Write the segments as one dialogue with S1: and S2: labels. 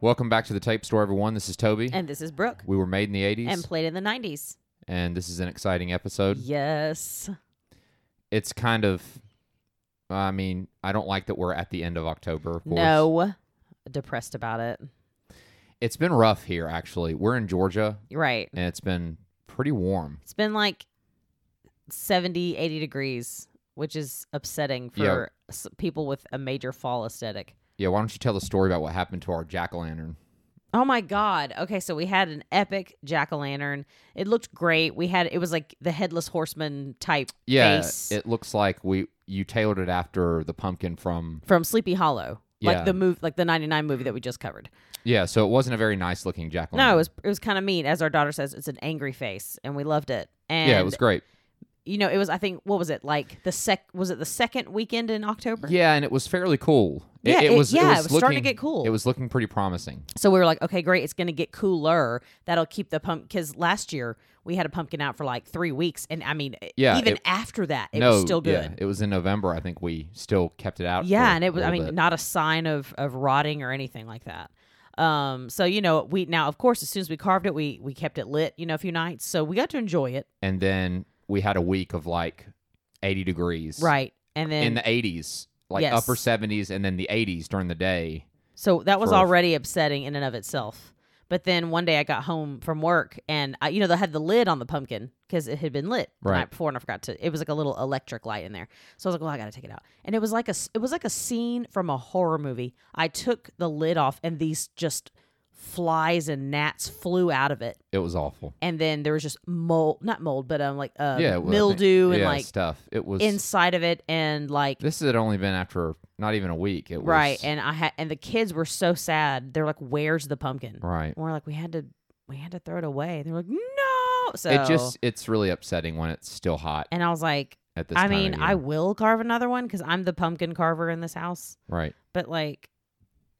S1: Welcome back to the Tape Store, everyone. This is Toby.
S2: And this is Brooke.
S1: we were made in the 80s,
S2: And played in the 90s.
S1: and this is an exciting episode.
S2: Yes.
S1: It's kind of, I mean, I don't like that we're at the end of October, of course.
S2: No. Depressed about it.
S1: It's been rough here, actually. We're in Georgia,
S2: You're Right.
S1: and it's been pretty warm.
S2: It's been like 70, 80 degrees, which is upsetting
S1: Yeah.
S2: for s people with a major fall aesthetic.
S1: Yeah, why don't you tell the story about what happened to our jack o' lantern?
S2: Oh my God. Okay. So we had an epic jack o' lantern. It looked great. We had, it was like the headless horseman type
S1: Yeah,
S2: face
S1: it looks like we you tailored it after the pumpkin from.
S2: from Sleepy Hollow.
S1: Yeah.
S2: Like the move, like the '99 movie that we just covered.
S1: Yeah, so it wasn't a very nice looking jack o' lantern.
S2: No, it was it was kind of mean. As our daughter says, it's an angry face, and we loved it. And
S1: yeah, it was great.
S2: you know, it was I think what was it like the sec was it the second weekend in October?
S1: Yeah, and it was fairly cool. It-
S2: Yeah,
S1: it,
S2: it-
S1: was.
S2: yeah,
S1: it was,
S2: it was starting to
S1: looking-
S2: get cool.
S1: It was looking pretty promising.
S2: So we were like, okay, great, it's gonna get cooler. That'll keep the pump because last year we had a pumpkin out for like three weeks, and I mean, e,
S1: Yeah,
S2: even
S1: it-
S2: after that, it
S1: no,
S2: was still
S1: yeah,
S2: good.
S1: it was in November. I think we still kept it out.
S2: Yeah,
S1: for
S2: and
S1: a
S2: it was I
S1: little
S2: mean,
S1: bit.
S2: not a sign of of rotting or anything like that. Um, so you know, we now of course as soon as we carved it, we we kept it lit, you know, a few nights, so we got to enjoy it,
S1: and then we had a week of like 80 degrees,
S2: right? And then
S1: in the 80s, like
S2: Yes.
S1: upper 70s, and then the 80s during the day.
S2: So that was
S1: for-
S2: already upsetting in and of itself. But then one day I got home from work and I, you know, they had the lid on the pumpkin because it had been lit the
S1: Right.
S2: night before, and I forgot to. It was like a little electric light in there, so I was like, "Well, I gotta take it out." And it was like a, s- it was like a scene from a horror movie. I took the lid off, and these just flies and gnats flew out of it,
S1: It was awful.
S2: and then there was just mold, not mold, but um, like uh,
S1: yeah, it was- I think-
S2: mildew and
S1: yeah,
S2: like
S1: stuff. It was.
S2: inside of it, and like
S1: this had only been after not even a week. It was
S2: right. And I had, and the kids were so sad. They're like, "Where's the pumpkin?"
S1: right.
S2: And we're like, we had to, we had to throw it away. And they were like, no. So
S1: It just it's really upsetting when it's still hot
S2: and I was like,
S1: at this
S2: I
S1: time. of
S2: mean, I
S1: year.
S2: will carve another one because I'm the pumpkin carver in this house.
S1: right
S2: But like,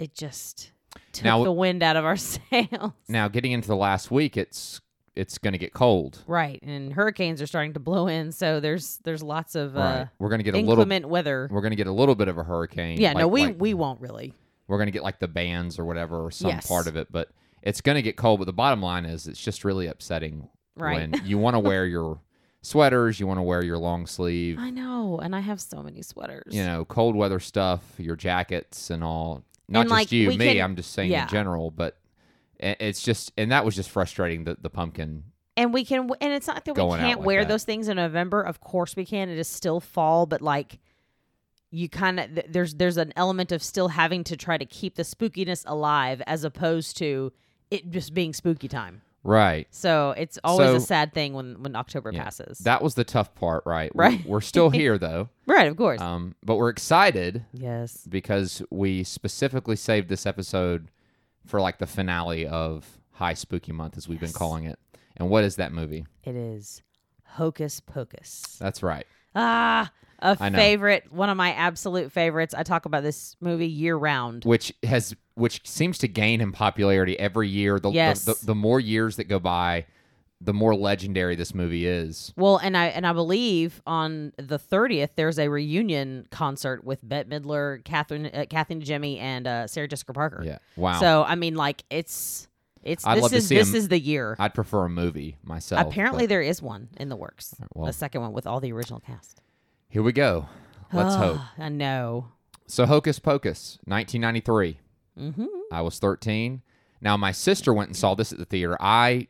S2: it just took
S1: Now-
S2: the wind out of our sails.
S1: now getting into the last week. It's it's going to get cold.
S2: right, and hurricanes are starting to blow in, so there's there's lots of uh,
S1: right, we're going to get a little.
S2: inclement weather.
S1: We're going to get a little bit of a hurricane.
S2: Yeah, no,
S1: like-
S2: we
S1: like-
S2: we won't really.
S1: we're going to get like the bands or whatever or some
S2: Yes.
S1: part of it but it's going to get cold but the bottom line is it's just really upsetting
S2: Right.
S1: when you want to wear your sweaters you want to wear your long sleeve
S2: I know, and I have so many sweaters.
S1: you know cold weather stuff your jackets and all not
S2: And,
S1: just
S2: like,
S1: you
S2: we
S1: me
S2: can-
S1: i'm just saying
S2: yeah.
S1: in general but i- it's just and that was just frustrating the, the pumpkin
S2: and we can and it's not that we
S1: going out
S2: can't
S1: like
S2: wear
S1: that.
S2: those things in november of course we can it is still fall but like you kind of th- there's there's an element of still having to try to keep the spookiness alive as opposed to it just being spooky time
S1: right
S2: so it's always a
S1: So-
S2: sad thing when when october
S1: Yeah.
S2: passes
S1: that was the tough part right We-
S2: Right.
S1: we're still here though
S2: right of course
S1: um, but we're excited
S2: yes
S1: because we specifically saved this episode for like the finale of High Spooky Month, as we've been
S2: Yes.
S1: calling it. And what is that movie?
S2: it is hocus pocus
S1: That's right.
S2: ah a
S1: I know.
S2: favorite one of my absolute favorites i talk about this movie year round
S1: Which has which seems to gain in popularity every year. The, the-
S2: Yes.
S1: the, the, more years that go by, the more legendary this movie is.
S2: Well, and I and I believe on the thirtieth there's a reunion concert with Bette Midler, Catherine, uh, Kathleen Jimmy, and uh, Sarah Jessica Parker.
S1: Yeah. Wow.
S2: So I mean, like it's it's
S1: I'd
S2: this
S1: love to
S2: is
S1: see
S2: this
S1: 'em
S2: is the year.
S1: I'd prefer a movie myself.
S2: Apparently,
S1: but-
S2: there is one in the works,
S1: well,
S2: a second one with all the original cast.
S1: here we go. Let's
S2: Ah,
S1: hope.
S2: I know.
S1: So Hocus Pocus, 1993.
S2: Mm-hmm.
S1: I was 13. Now my sister went and saw this at the theater. I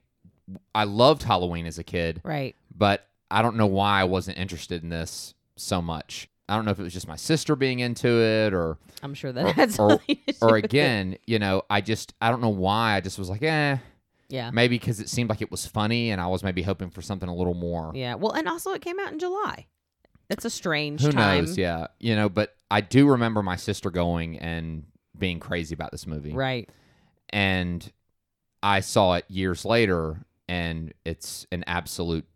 S1: I loved Halloween as a kid,
S2: Right.
S1: but I don't know why I wasn't interested in this so much. I don't know if it was just my sister being into it or
S2: I'm sure
S1: Or-
S2: that that's
S1: or-
S2: something to do
S1: or
S2: with it.
S1: again, you know, I just I don't know why I just was like, "Eh,
S2: Yeah.
S1: maybe cuz it seemed like it was funny and I was maybe hoping for something a little more."
S2: Yeah. Well, and also it came out in July. It's a strange
S1: Who
S2: time.
S1: knows? Yeah. You know, but I do remember my sister going and being crazy about this movie.
S2: Right.
S1: and I saw it years later, and it's an absolute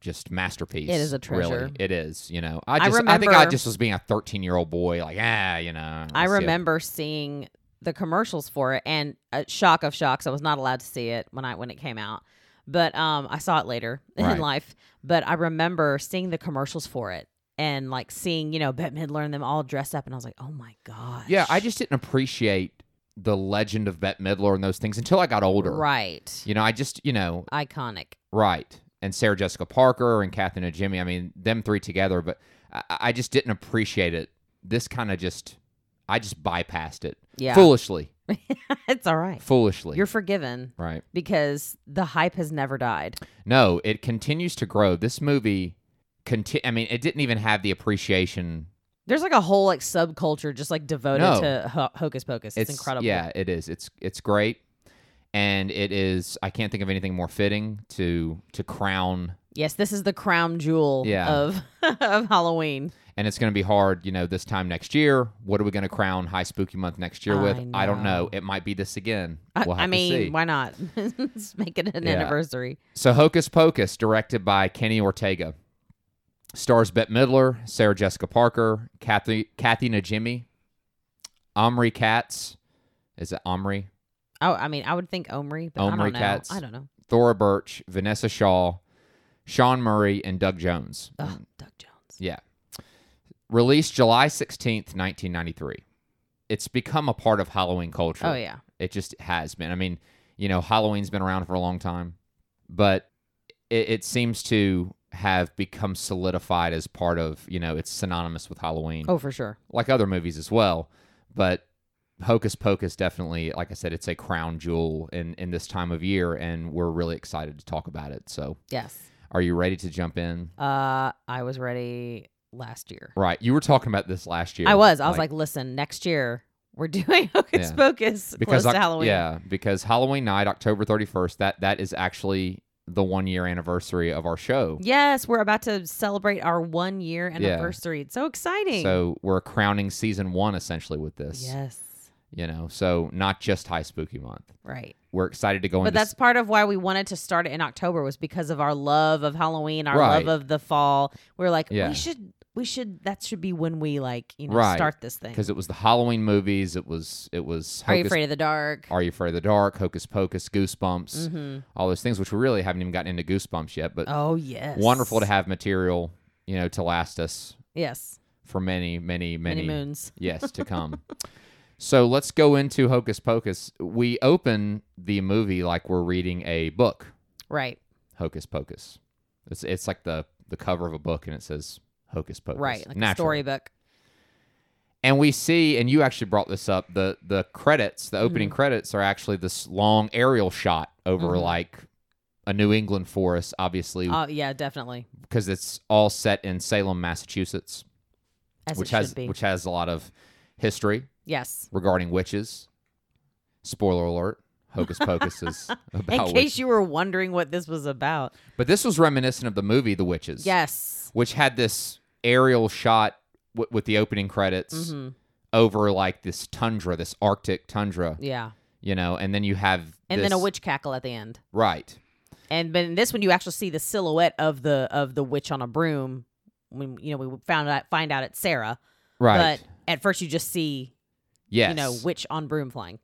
S1: just masterpiece.
S2: It is a treasure.
S1: Really, it is. You know, I
S2: I
S1: just I, think I
S2: remember-
S1: just was being a thirteen year old boy, like ah, you know. let's see
S2: I
S1: it."
S2: remember seeing the commercials for it, and uh, shock of shocks, I was not allowed to see it when I when it came out. But um, I saw it later
S1: Right.
S2: in life. But I remember seeing the commercials for it, and like seeing you know Bette Midler and them all dressed up, and I was like, oh my god,
S1: Yeah, I just didn't appreciate the legend of Bette Midler and those things until I got older.
S2: Right.
S1: You know, I just, you know,
S2: Iconic.
S1: right. And Sarah Jessica Parker and Catherine and Jimmy. I mean, them three together, but I, I just didn't appreciate it. This kind of just, I just bypassed it.
S2: Yeah.
S1: Foolishly.
S2: it's all right.
S1: Foolishly.
S2: You're forgiven
S1: right.
S2: because the hype has never died.
S1: No, it continues to grow. This movie, conti- I mean, it didn't even have the appreciation.
S2: There's like a whole like subculture just like devoted
S1: No.
S2: to ho- Hocus Pocus. It's, incredible.
S1: Yeah, it is. It's it's great, and it is. I can't think of anything more fitting to to crown.
S2: Yes, this is the crown jewel
S1: Yeah.
S2: of of Halloween.
S1: And it's going to be hard, you know, this time next year. What are we going to crown High Spooky Month next year
S2: I
S1: with? I don't
S2: know.
S1: know. It might be this again.
S2: I-
S1: We'll
S2: I,
S1: have to
S2: mean,
S1: see.
S2: why not? Let's make it an
S1: Yeah.
S2: anniversary.
S1: So Hocus Pocus, directed by Kenny Ortega, stars Bette Midler, Sarah Jessica Parker, Kathy Kathy Najimy, Omri Katz. Is it Omri?
S2: Oh, I mean, I would think Omri, but I
S1: Omri
S2: don't know.
S1: Katz.
S2: I don't know.
S1: Thora Birch, Vanessa Shaw, Sean Murray, and Doug Jones.
S2: Ugh, Doug Jones.
S1: Mm. Yeah. Released July 16th, 1993. It's become a part of Halloween culture.
S2: Oh yeah.
S1: It just has been. I mean, you know, Halloween's been around for a long time, but it, it seems to have become solidified as part of, you know, it's synonymous with Halloween,
S2: Oh, for sure.
S1: like other movies as well. But Hocus Pocus definitely, like I said, it's a crown jewel in, in this time of year, and we're really excited to talk about it. So,
S2: Yes.
S1: are you ready to jump in?
S2: Uh, I was ready last year.
S1: Right. You were talking about this last year.
S2: I was. I was like, listen, next year we're doing Hocus
S1: Yeah.
S2: Pocus
S1: because
S2: close
S1: Oc-
S2: to Halloween.
S1: Yeah, because Halloween night, October thirty first. That that is actually the one year anniversary of our show.
S2: Yes, we're about to celebrate our one year
S1: Yeah.
S2: anniversary. It's so exciting.
S1: So we're crowning season one essentially with this.
S2: yes.
S1: You know, so not just High Spooky Month.
S2: Right.
S1: We're excited to go
S2: But
S1: into
S2: that's part of why we wanted to start it in October was because of our love of Halloween, our
S1: Right.
S2: love of the fall. We are like,
S1: Yeah.
S2: we should we should that should be when we like, you know,
S1: Right.
S2: start this thing.
S1: because it was the Halloween movies. It was it was.
S2: Are you
S1: Hocus-
S2: afraid of the dark?
S1: Are you afraid of the dark? Hocus Pocus, Goosebumps,
S2: Mhm.
S1: all those things, which we really haven't even gotten into Goosebumps yet. But
S2: Oh yes.
S1: wonderful to have material, you know, to last us
S2: Yes.
S1: for many, many,
S2: Many,
S1: many,
S2: moons.
S1: Yes, to come. so let's go into Hocus Pocus. We open the movie like we're reading a book,
S2: Right.
S1: Hocus Pocus. It's it's like the the cover of a book, and it says Hocus Pocus.
S2: Right. Like
S1: Naturally.
S2: a storybook.
S1: And we see, and you actually brought this up. the The credits, the
S2: Mm-hmm.
S1: opening credits, are actually this long aerial shot over
S2: Mhm.
S1: like a New England forest, obviously,
S2: Oh yeah, definitely.
S1: because it's all set in Salem, Massachusetts,
S2: As
S1: which
S2: it
S1: has
S2: should be.
S1: which has a lot of history.
S2: yes.
S1: regarding witches. Spoiler alert: Hocus Pocus is
S2: In
S1: about
S2: case
S1: witches.
S2: you were wondering what this was about.
S1: But this was reminiscent of the movie The Witches,
S2: Yes.
S1: which had this aerial shot w- with the opening credits
S2: hmm
S1: over like this tundra, this Arctic tundra,
S2: Yeah.
S1: you know, and then you have
S2: And then a
S1: this-
S2: witch cackle at the end.
S1: right?
S2: And but in this one, you actually see the silhouette of the of the witch on a broom. When you know we found out find out it's Sarah,
S1: Right.
S2: but at first you just see
S1: yes.
S2: you know witch on broom flying.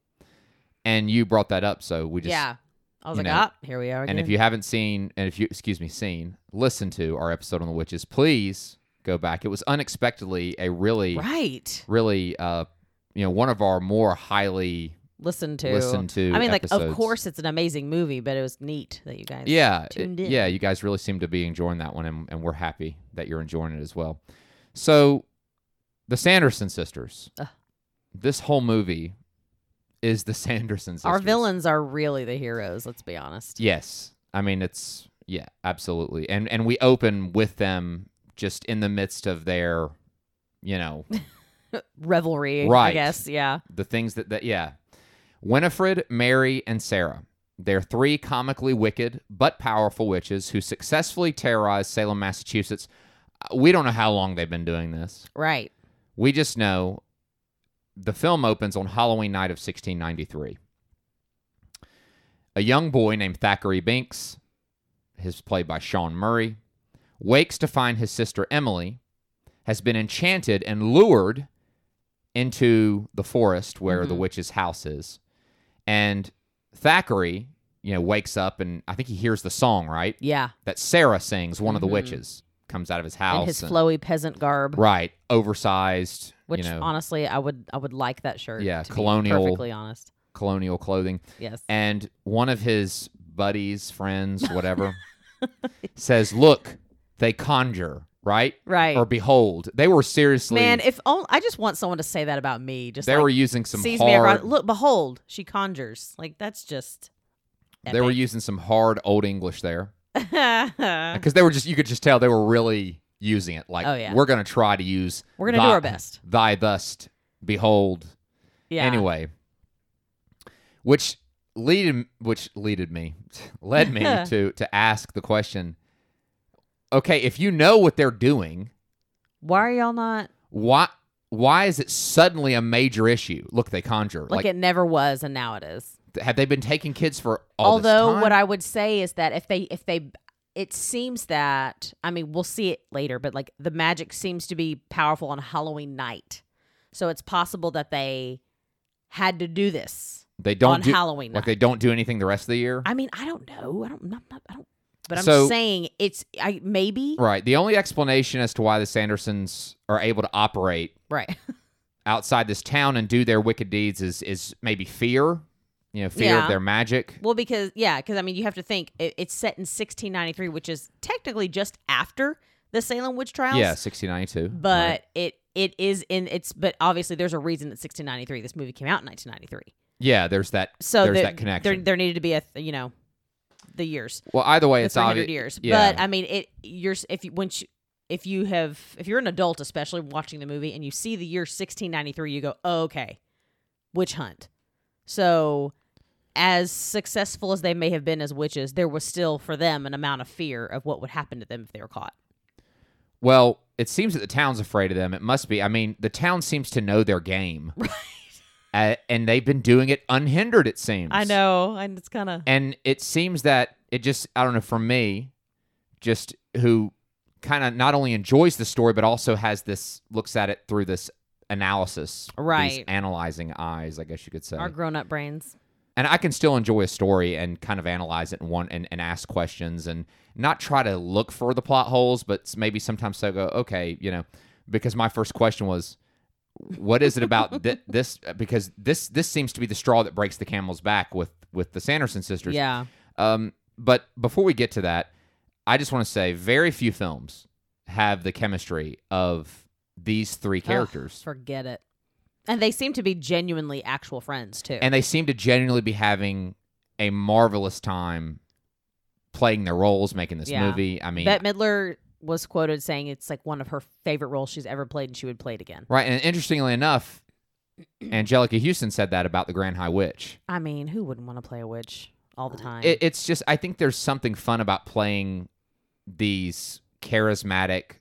S1: and you brought that up, so we just
S2: yeah, I was
S1: you
S2: like,
S1: know,
S2: ah, here we are again.
S1: And if you haven't seen, and if you, excuse me, seen, listen to our episode on the witches, please go back. It was unexpectedly a really
S2: right,
S1: really uh you know one of our more highly
S2: listen to
S1: listened to
S2: I mean, like of
S1: episodes.
S2: course it's an amazing movie, but it was neat that you guys.
S1: yeah it-
S2: tuned in.
S1: yeah you guys really seem to be enjoying that one and, and we're happy that you're enjoying it as well so the sanderson sisters
S2: Ugh.
S1: this whole movie is the sanderson sisters
S2: our villains are really the heroes. Let's be honest.
S1: yes i mean it's yeah absolutely and and we open with them just in the midst of their you know
S2: Revelry, I
S1: Right.
S2: guess. Yeah,
S1: the things that, that yeah winifred mary and sarah they're three comically wicked but powerful witches who successfully terrorized salem massachusetts Uh, we don't know how long they've been doing this
S2: right.
S1: we just know the film opens on halloween night of 1693 a young boy named thackeray binks his played by sean murray wakes to find his sister emily has been enchanted and lured into the forest where the
S2: Mhm.
S1: witch's house is. And Thackeray, you know, wakes up and I think he hears the song, right?
S2: Yeah,
S1: That Sarah sings, one of the
S2: Mhm.
S1: witches comes out of his house.
S2: and his
S1: and-
S2: flowy peasant garb
S1: Right. Oversized. you
S2: Which
S1: know,
S2: honestly, I would I would like that shirt.
S1: Yeah,
S2: to be
S1: colonial-
S2: perfectly honest.
S1: colonial clothing.
S2: Yes.
S1: And one of his buddies, friends, whatever, says, Look, they conjure, right?
S2: right.
S1: Or behold. They were seriously,
S2: Man, if only, I just want someone to say that about me. Just
S1: they
S2: like,
S1: were using some
S2: sees me
S1: hard,
S2: across. Look, behold, she conjures. Like that's just.
S1: they were using some hard old English there.
S2: we're
S1: Because they were just, you could just tell they were really using it. Like,
S2: Uh-huh. Oh, yeah.
S1: we're going to try to use
S2: gonna do
S1: thy-
S2: our best.
S1: Thy thus, behold.
S2: Yeah.
S1: Anyway, which leaded which leaded me led me to to ask the question. Okay, if you know what they're doing,
S2: Why are y'all not
S1: why why is it suddenly a major issue? Look, they conjure.
S2: like,
S1: Like,
S2: it never was and now it is.
S1: have they been taking kids for all this
S2: Although
S1: time?
S2: what I would say is that if they if they it seems that I mean we'll see it later, but like the magic seems to be powerful on Halloween night, so it's possible that they had to do this
S1: they don't
S2: on
S1: do,
S2: Halloween
S1: like
S2: night.
S1: they don't do anything the rest of the year.
S2: I mean, I don't know. I don't. Not, not, I don't. But I'm
S1: So-
S2: saying it's I maybe
S1: right. The only explanation as to why the Sandersons are able to operate
S2: right.
S1: outside this town and do their wicked deeds is is maybe fear, you know, fear
S2: Yeah.
S1: of their magic.
S2: Well, because yeah, because I mean, you have to think it, it's set in 1693, which is technically just after the Salem witch trials.
S1: Yeah, 1692.
S2: but it it is in it's. But obviously, there's a reason it's 1693. This movie came out in 1993,
S1: Yeah, there's that.
S2: so
S1: there's
S2: there,
S1: that
S2: There,
S1: connection.
S2: there needed to be a th- you know, the years,
S1: well, either way,
S2: the
S1: it's
S2: 300
S1: obvious.
S2: years.
S1: yeah.
S2: But I mean, it you're s- if you once you, if you have if you're an adult, especially watching the movie, and you see the year 1693, you go, oh, okay, witch hunt. So, as successful as they may have been as witches, there was still for them an amount of fear of what would happen to them if they were caught.
S1: Well, it seems that the town's afraid of them. It must be. I mean, the town seems to know their game, right? Uh, and they've been doing it unhindered. It seems.
S2: know, and it's kind of
S1: And it seems that it just I don't know. For me, just who kind of not only enjoys the story but also has this looks at it through this analysis, these
S2: Right.
S1: analyzing eyes, I guess you could say.
S2: our grown-up brains.
S1: and I can still enjoy a story and kind of analyze it and want and, and ask questions and not try to look for the plot holes, but s- maybe sometimes so go okay, you know, because my first question was, what is it about thi- this? Because this this seems to be the straw that breaks the camel's back with with the Sanderson sisters.
S2: Yeah,
S1: Um, but before we get to that, I just want to say very few films have the chemistry of these three characters.
S2: Ugh, forget it. And they seem to be genuinely actual friends too.
S1: and they seem to genuinely be having a marvelous time playing their roles, making this
S2: Yeah.
S1: movie. I mean,
S2: Bette Midler was quoted saying it's like one of her favorite roles she's ever played, and she would play it again.
S1: right? And interestingly enough, Angelica Houston said that about the Grand High Witch.
S2: I mean, who wouldn't want to play a witch all the time?
S1: It, it's just, I think there's something fun about playing these charismatic,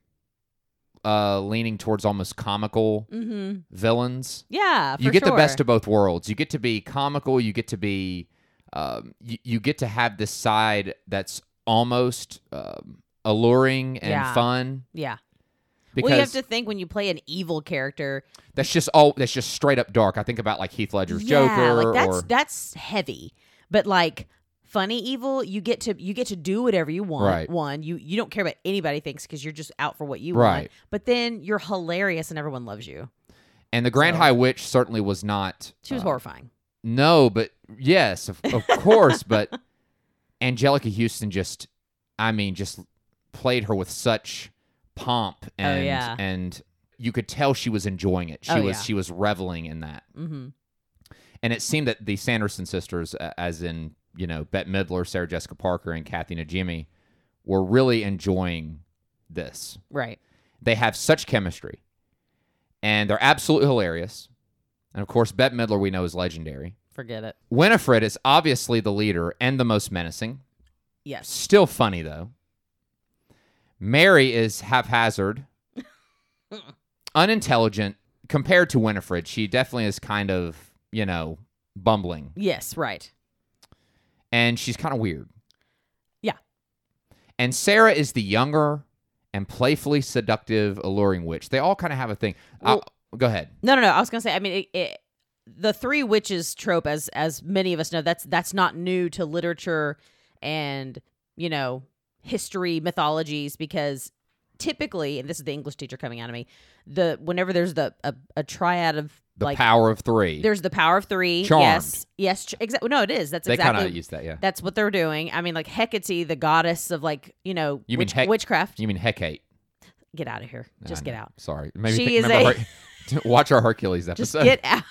S1: uh, leaning towards almost comical
S2: mm-hmm.
S1: villains.
S2: Yeah, Uh, for
S1: you get the
S2: sure.
S1: best of both worlds. You get to be comical. You get to be, um, you, you get to have this side that's almost um, alluring and
S2: Yeah.
S1: fun
S2: yeah.
S1: because
S2: well, you have to think when you play an evil character.
S1: that's just all that's just straight up dark. I think about like Heath Ledger's
S2: yeah,
S1: Joker
S2: like that's
S1: or
S2: that's heavy, but like funny evil, you get to you get to do whatever you want.
S1: Right.
S2: One, you you don't care about anybody thinks because you're just out for what you want.
S1: right.
S2: But then you're hilarious and everyone loves you.
S1: And the Grand
S2: So-
S1: High Witch certainly was not.
S2: She was
S1: uh,
S2: horrifying.
S1: No, but yes, of, of course. But Angelica Houston just, I mean, just played her with such pomp and
S2: Oh, yeah.
S1: and you could tell she was enjoying it. She
S2: Oh,
S1: was
S2: yeah.
S1: she was reveling in that.
S2: Mm-hmm.
S1: And it seemed that the Sanderson sisters, uh, as in you know Bette Midler, Sarah Jessica Parker, and Kathy Najimy, were really enjoying this.
S2: Right.
S1: They have such chemistry, and they're absolutely hilarious. And of course, Bette Midler we know is legendary.
S2: Forget it.
S1: Winifred is obviously the leader and the most menacing.
S2: Yes.
S1: Still funny though. Mary is haphazard, unintelligent compared to Winifred. She definitely is kind of, you know, bumbling
S2: Yes. Right.
S1: and she's kind of weird.
S2: Yeah.
S1: And Sarah is the younger and playfully seductive, alluring witch. They all kind of have a thing.
S2: Well-
S1: I'll- go ahead.
S2: No, no, no. I was gonna say. I mean, it, it, the three witches trope, as as many of us know, that's that's not new to literature and you know history mythologies because typically, and this is the English teacher coming out of me, the whenever there's the a, a triad of
S1: The
S2: like
S1: power of three.
S2: there's the power of three.
S1: Charmed.
S2: Yes, yes, ch- exactly. No, it is. That's
S1: they
S2: exactly.
S1: kind of use that, yeah.
S2: that's what they're doing. I mean, like Hecate, the goddess of like you know
S1: You mean
S2: witch-
S1: Hec-
S2: witchcraft.
S1: You mean Hecate?
S2: get out of here. Just
S1: I
S2: get
S1: know.
S2: out.
S1: Sorry. Maybe
S2: She
S1: think,
S2: is
S1: remember
S2: a-
S1: Her- watch our Hercules
S2: Just
S1: episode.
S2: get out.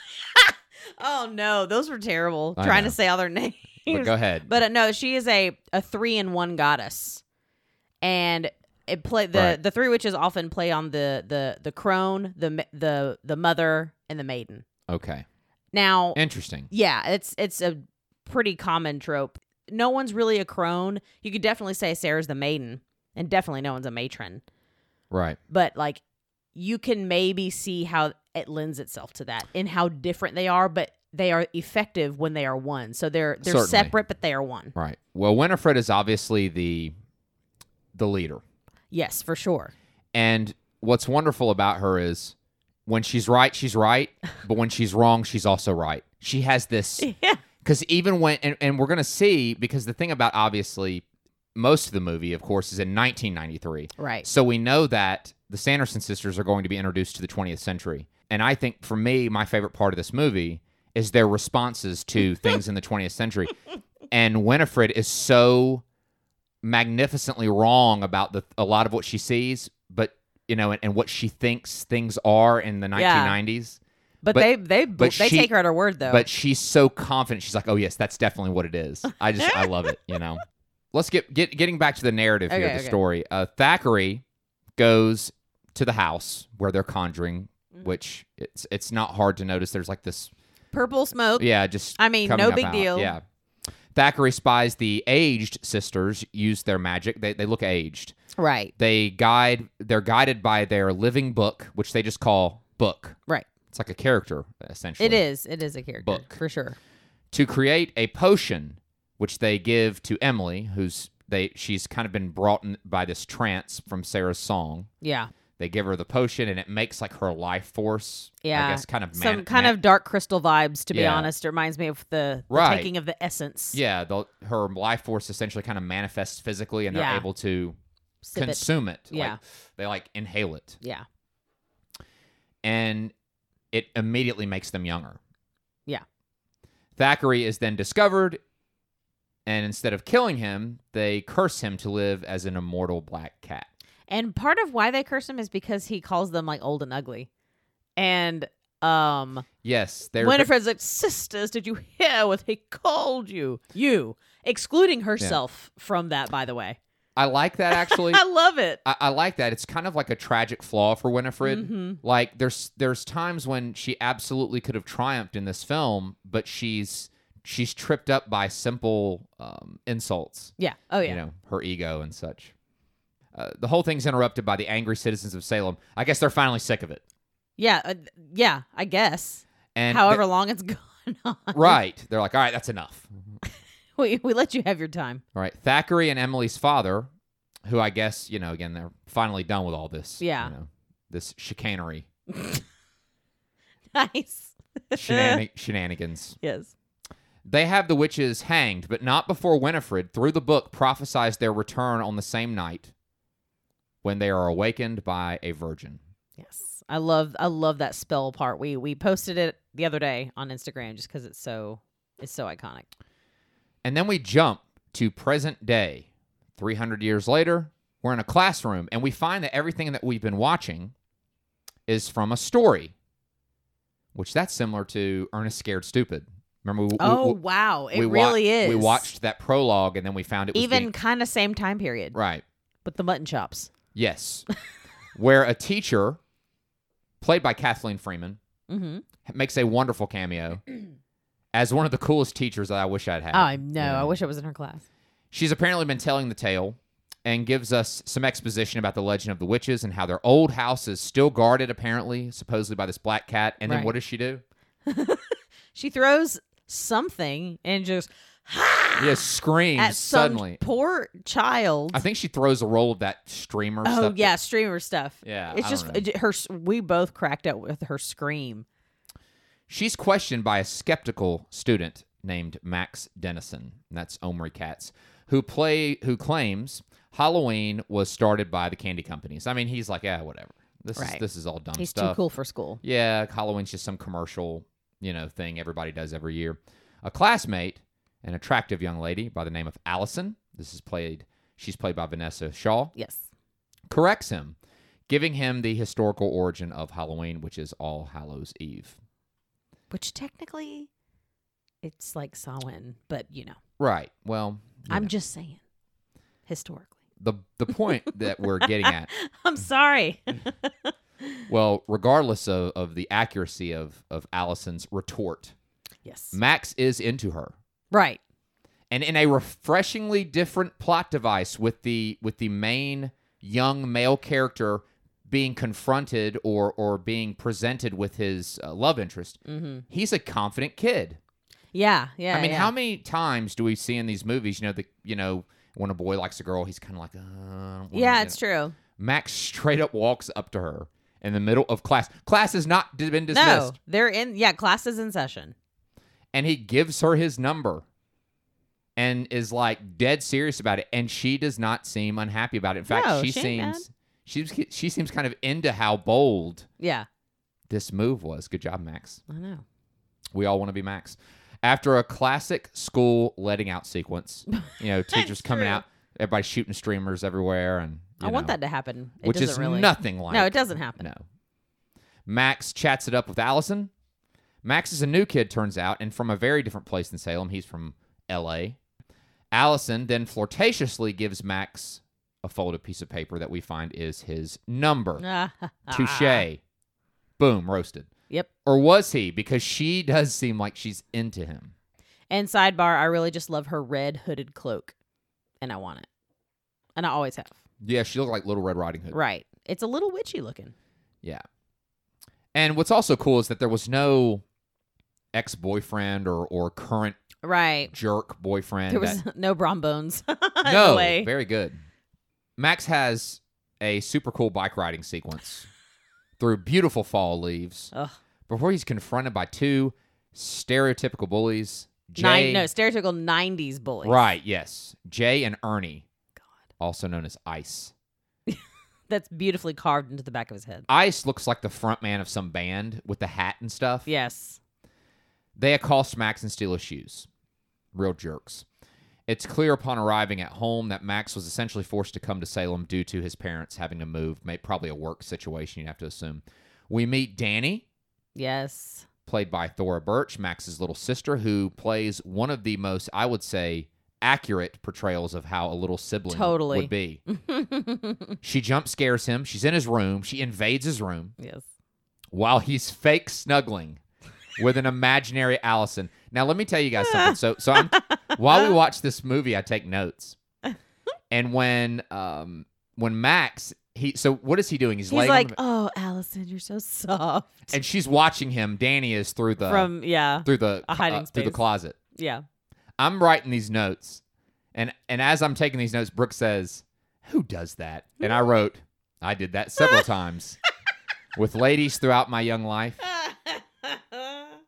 S2: oh no, those were terrible.
S1: I
S2: Trying
S1: know.
S2: to say all their names.
S1: but go ahead.
S2: But uh, no, she is a a three in one goddess, and it play the
S1: Right.
S2: the three witches often play on the the the crone, the ma- the the mother, and the maiden.
S1: okay.
S2: Now,
S1: Interesting.
S2: yeah, it's it's a pretty common trope. No one's really a crone. You could definitely say Sarah's the maiden, and definitely no one's a matron.
S1: Right.
S2: But like, you can maybe see how it lends itself to that in how different they are, but they are effective when they are one. So they're they're
S1: Certainly.
S2: separate, but they are one.
S1: Right. Well, Winifred is obviously the the leader.
S2: Yes, for sure.
S1: And what's wonderful about her is when she's right, she's right, but when she's wrong, she's also right. She has this
S2: Yeah.
S1: because even when and, and we're gonna see because the thing about obviously most of the movie, of course, is in 1993.
S2: Right.
S1: So we know that the Sanderson sisters are going to be introduced to the 20th century. And I think for me, my favorite part of this movie is their responses to things in the 20th century. And Winifred is so magnificently wrong about the a lot of what she sees, but you know, and, and what she thinks things are in the 1990s.
S2: But,
S1: But-
S2: they they
S1: but
S2: they
S1: she-
S2: take her at her word though.
S1: But she's so confident. She's like, "Oh yes, that's definitely what it is." I just I love it. You know. Let's get get getting back to the narrative here,
S2: Okay,
S1: of the
S2: okay.
S1: story. Uh, Thackeray goes to the house where they're conjuring,
S2: Mhm.
S1: which it's it's not hard to notice. There's like this,
S2: Purple smoke.
S1: yeah, just
S2: I mean,
S1: coming
S2: no
S1: up
S2: big
S1: out.
S2: deal.
S1: Yeah. Thackeray spies the aged sisters use their magic. They they look aged.
S2: Right.
S1: They guide. They're guided by their living book, which they just call book.
S2: Right.
S1: It's like a character essentially.
S2: It is. It is a character
S1: Book.
S2: for sure.
S1: to create a potion which they give to Emily, who's they she's kind of been brought in by this trance from Sarah's song.
S2: Yeah.
S1: They give her the potion and it makes like her life force.
S2: Yeah.
S1: I guess kind of
S2: Some
S1: man-
S2: kind
S1: man-
S2: of dark crystal vibes, to be
S1: Yeah.
S2: honest. It reminds me of the, the
S1: Right.
S2: taking of the essence.
S1: yeah. The, her life force essentially kind of manifests physically, and they're
S2: Yeah.
S1: able to
S2: Sip it.
S1: consume it.
S2: Yeah.
S1: like, they like inhale it,
S2: Yeah.
S1: and it immediately makes them younger.
S2: Yeah.
S1: Thackeray is then discovered, and instead of killing him, they curse him to live as an immortal black cat.
S2: And part of why they curse him is because he calls them like old and ugly. And um
S1: Yes, they're
S2: Winifred's like, sisters, did you hear what they called you? You. Excluding herself from that, by the way.
S1: I like that actually.
S2: I love it.
S1: I, I like that. It's kind of like a tragic flaw for Winifred.
S2: Mhm.
S1: Like there's there's times when she absolutely could have triumphed in this film, but she's she's tripped up by simple um, insults.
S2: Yeah. Oh yeah.
S1: You know, her ego and such. Uh, the whole thing's interrupted by the angry citizens of Salem. I guess they're finally sick of it.
S2: Yeah, uh, yeah, I guess.
S1: And
S2: However long it's gone on,
S1: they- right, they're like, all right, that's enough.
S2: we, we let you have your time.
S1: All right, Thackeray and Emily's father, who I guess you know, again, they're finally done with all this.
S2: Yeah.
S1: you know, this chicanery.
S2: Nice.
S1: Shenanig- shenanigans.
S2: Yes.
S1: They have the witches hanged, but not before Winifred, through the book, prophesies their return on the same night when they are awakened by a virgin.
S2: Yes. I love I love that spell part. We we posted it the other day on Instagram just cuz it's so it's so iconic.
S1: And then we jump to present day. 300 years later, we're in a classroom and we find that everything that we've been watching is from a story, which that's similar to Ernest Scared Stupid. Remember, we, we-
S2: Oh, wow. It
S1: we wa-
S2: really is.
S1: We watched that prologue and then we found it was
S2: even
S1: being-
S2: kind of same time period
S1: right.
S2: with the mutton chops.
S1: Yes. Where a teacher, played by Kathleen Freeman,
S2: Mhm.
S1: makes a wonderful cameo as one of the coolest teachers that I wish I'd had.
S2: Oh, I know.
S1: Yeah.
S2: I wish I was in her class.
S1: She's apparently been telling the tale and gives us some exposition about the legend of the witches and how their old house is still guarded, apparently, supposedly by this black cat. And then
S2: Right.
S1: what does she do?
S2: She throws something and just ha!
S1: Yeah, screams
S2: at some
S1: suddenly.
S2: poor child.
S1: I think she throws a roll of that streamer
S2: Oh
S1: stuff.
S2: yeah, streamer stuff.
S1: Yeah,
S2: it's
S1: I
S2: just
S1: don't know.
S2: it- her. s- We both cracked up with her scream.
S1: She's questioned by a skeptical student named Max Dennison, and that's Omri Katz, who play who claims Halloween was started by the candy companies. I mean, he's like, yeah, whatever. This is
S2: Right.
S1: this is all dumb
S2: He's
S1: stuff.
S2: too cool for school.
S1: Yeah, Halloween's just some commercial, you know, thing everybody does every year. A classmate, an attractive young lady by the name of Allison. This is played. She's played by Vanessa Shaw
S2: Yes.
S1: corrects him, giving him the historical origin of Halloween, which is All Hallows Eve.
S2: Which technically it's like Samhain, but you know,
S1: Right. Well, you
S2: I'm
S1: know,
S2: just saying historically.
S1: the the point that we're getting at.
S2: I'm sorry.
S1: Well, regardless of, of the accuracy of of Allison's retort,
S2: yes.
S1: Max is into her.
S2: Right.
S1: And in a refreshingly different plot device with the with the main young male character being confronted or or being presented with his uh, love interest,
S2: Mhm.
S1: he's a confident kid.
S2: Yeah, yeah.
S1: I mean,
S2: yeah.
S1: how many times do we see in these movies? You know, the you know when a boy likes a girl, he's kind of like, uh, I don't wanna,
S2: Yeah,
S1: you
S2: it's
S1: know.
S2: true.
S1: Max straight up walks up to her in the middle of class. Class has not d- been dismissed,
S2: No, they're in. Yeah, class is in session.
S1: and he gives her his number, and is like dead serious about it. And she does not seem unhappy about it. In fact,
S2: No,
S1: she,
S2: she ain't
S1: seems she she seems kind of into how bold
S2: Yeah,
S1: this move was. Good job, Max.
S2: I know.
S1: We all want to be Max. After a classic school letting out sequence, you know, teachers coming
S2: true.
S1: out, everybody shooting streamers everywhere, and you
S2: I want
S1: know,
S2: that to happen. It
S1: which
S2: doesn't
S1: is
S2: really.
S1: nothing like
S2: no, it doesn't happen.
S1: No. Max chats it up with Allison. Max is a new kid, turns out, and from a very different place than Salem. He's from L.A. Allison then flirtatiously gives Max a folded piece of paper that we find is his number.
S2: Ah,
S1: Touche. Boom, roasted.
S2: Yep.
S1: Or was he? Because she does seem like she's into him.
S2: And sidebar, I really just love her red hooded cloak, and I want it, and I always have.
S1: Yeah, she looked like Little Red Riding Hood.
S2: Right. It's a little witchy looking.
S1: Yeah. And what's also cool is that there was no ex boyfriend or, or current
S2: Right.
S1: jerk boyfriend.
S2: There was
S1: that-
S2: no Brombones.
S1: no,
S2: way.
S1: very good. Max has a super cool bike riding sequence through beautiful fall leaves
S2: Ugh.
S1: before he's confronted by two stereotypical bullies. Jay,
S2: Nine, no, stereotypical '90s bullies.
S1: right? Yes, Jay and Ernie,
S2: God,
S1: also known as Ice.
S2: that's beautifully carved into the back of his head.
S1: Ice looks like the front man of some band with the hat and stuff.
S2: Yes.
S1: They accost Max and steal his shoes. Real jerks. It's clear upon arriving at home that Max was essentially forced to come to Salem due to his parents having to move, may, probably a work situation, you'd have to assume. We meet Danny,
S2: Yes.
S1: played by Thora Birch, Max's little sister, who plays one of the most, I would say, accurate portrayals of how a little sibling
S2: Totally.
S1: would be.
S2: yes.
S1: She jump scares him. She's in his room. She invades his room while he's fake snuggling with an imaginary Allison. Now let me tell you guys something. So so I'm while we watch this movie, I take notes. And when um when Max he so what is he doing? He's,
S2: He's
S1: laying on
S2: like,
S1: the-
S2: "Oh, Allison, you're so soft."
S1: and she's watching him. Danny is through the
S2: From yeah,
S1: through the
S2: a hiding
S1: uh, through the
S2: space.
S1: closet.
S2: yeah.
S1: I'm writing these notes, and and as I'm taking these notes, Brooke says, "Who does that?" And I wrote, "I did that several times with ladies throughout my young life."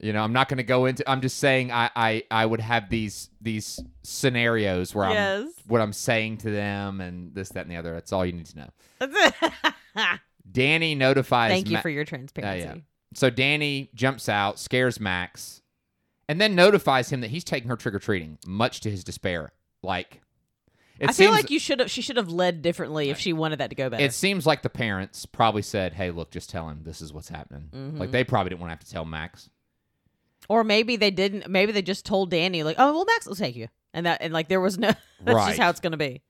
S1: You know, I'm not going to go into. I'm just saying I, I I would have these these scenarios where I'm
S2: yes.
S1: what I'm saying to them and this that and the other. That's all you need to know.
S2: That's it.
S1: Danny notifies.
S2: Thank you
S1: Ma-
S2: for your transparency.
S1: so Danny jumps out, scares Max, and then notifies him that he's taking her trick or treating, much to his despair. Like, it
S2: I
S1: seems
S2: feel like you should have. She should have led differently if she wanted that to go better.
S1: it seems like the parents probably said, "Hey, look, just tell him this is what's happening." Like
S2: Mm-hmm.
S1: they probably didn't want to have to tell Max.
S2: or maybe they didn't. Maybe they just told Danny like, "Oh well, Max will take you," and that and like there was no. That's
S1: Right.
S2: just how it's gonna be.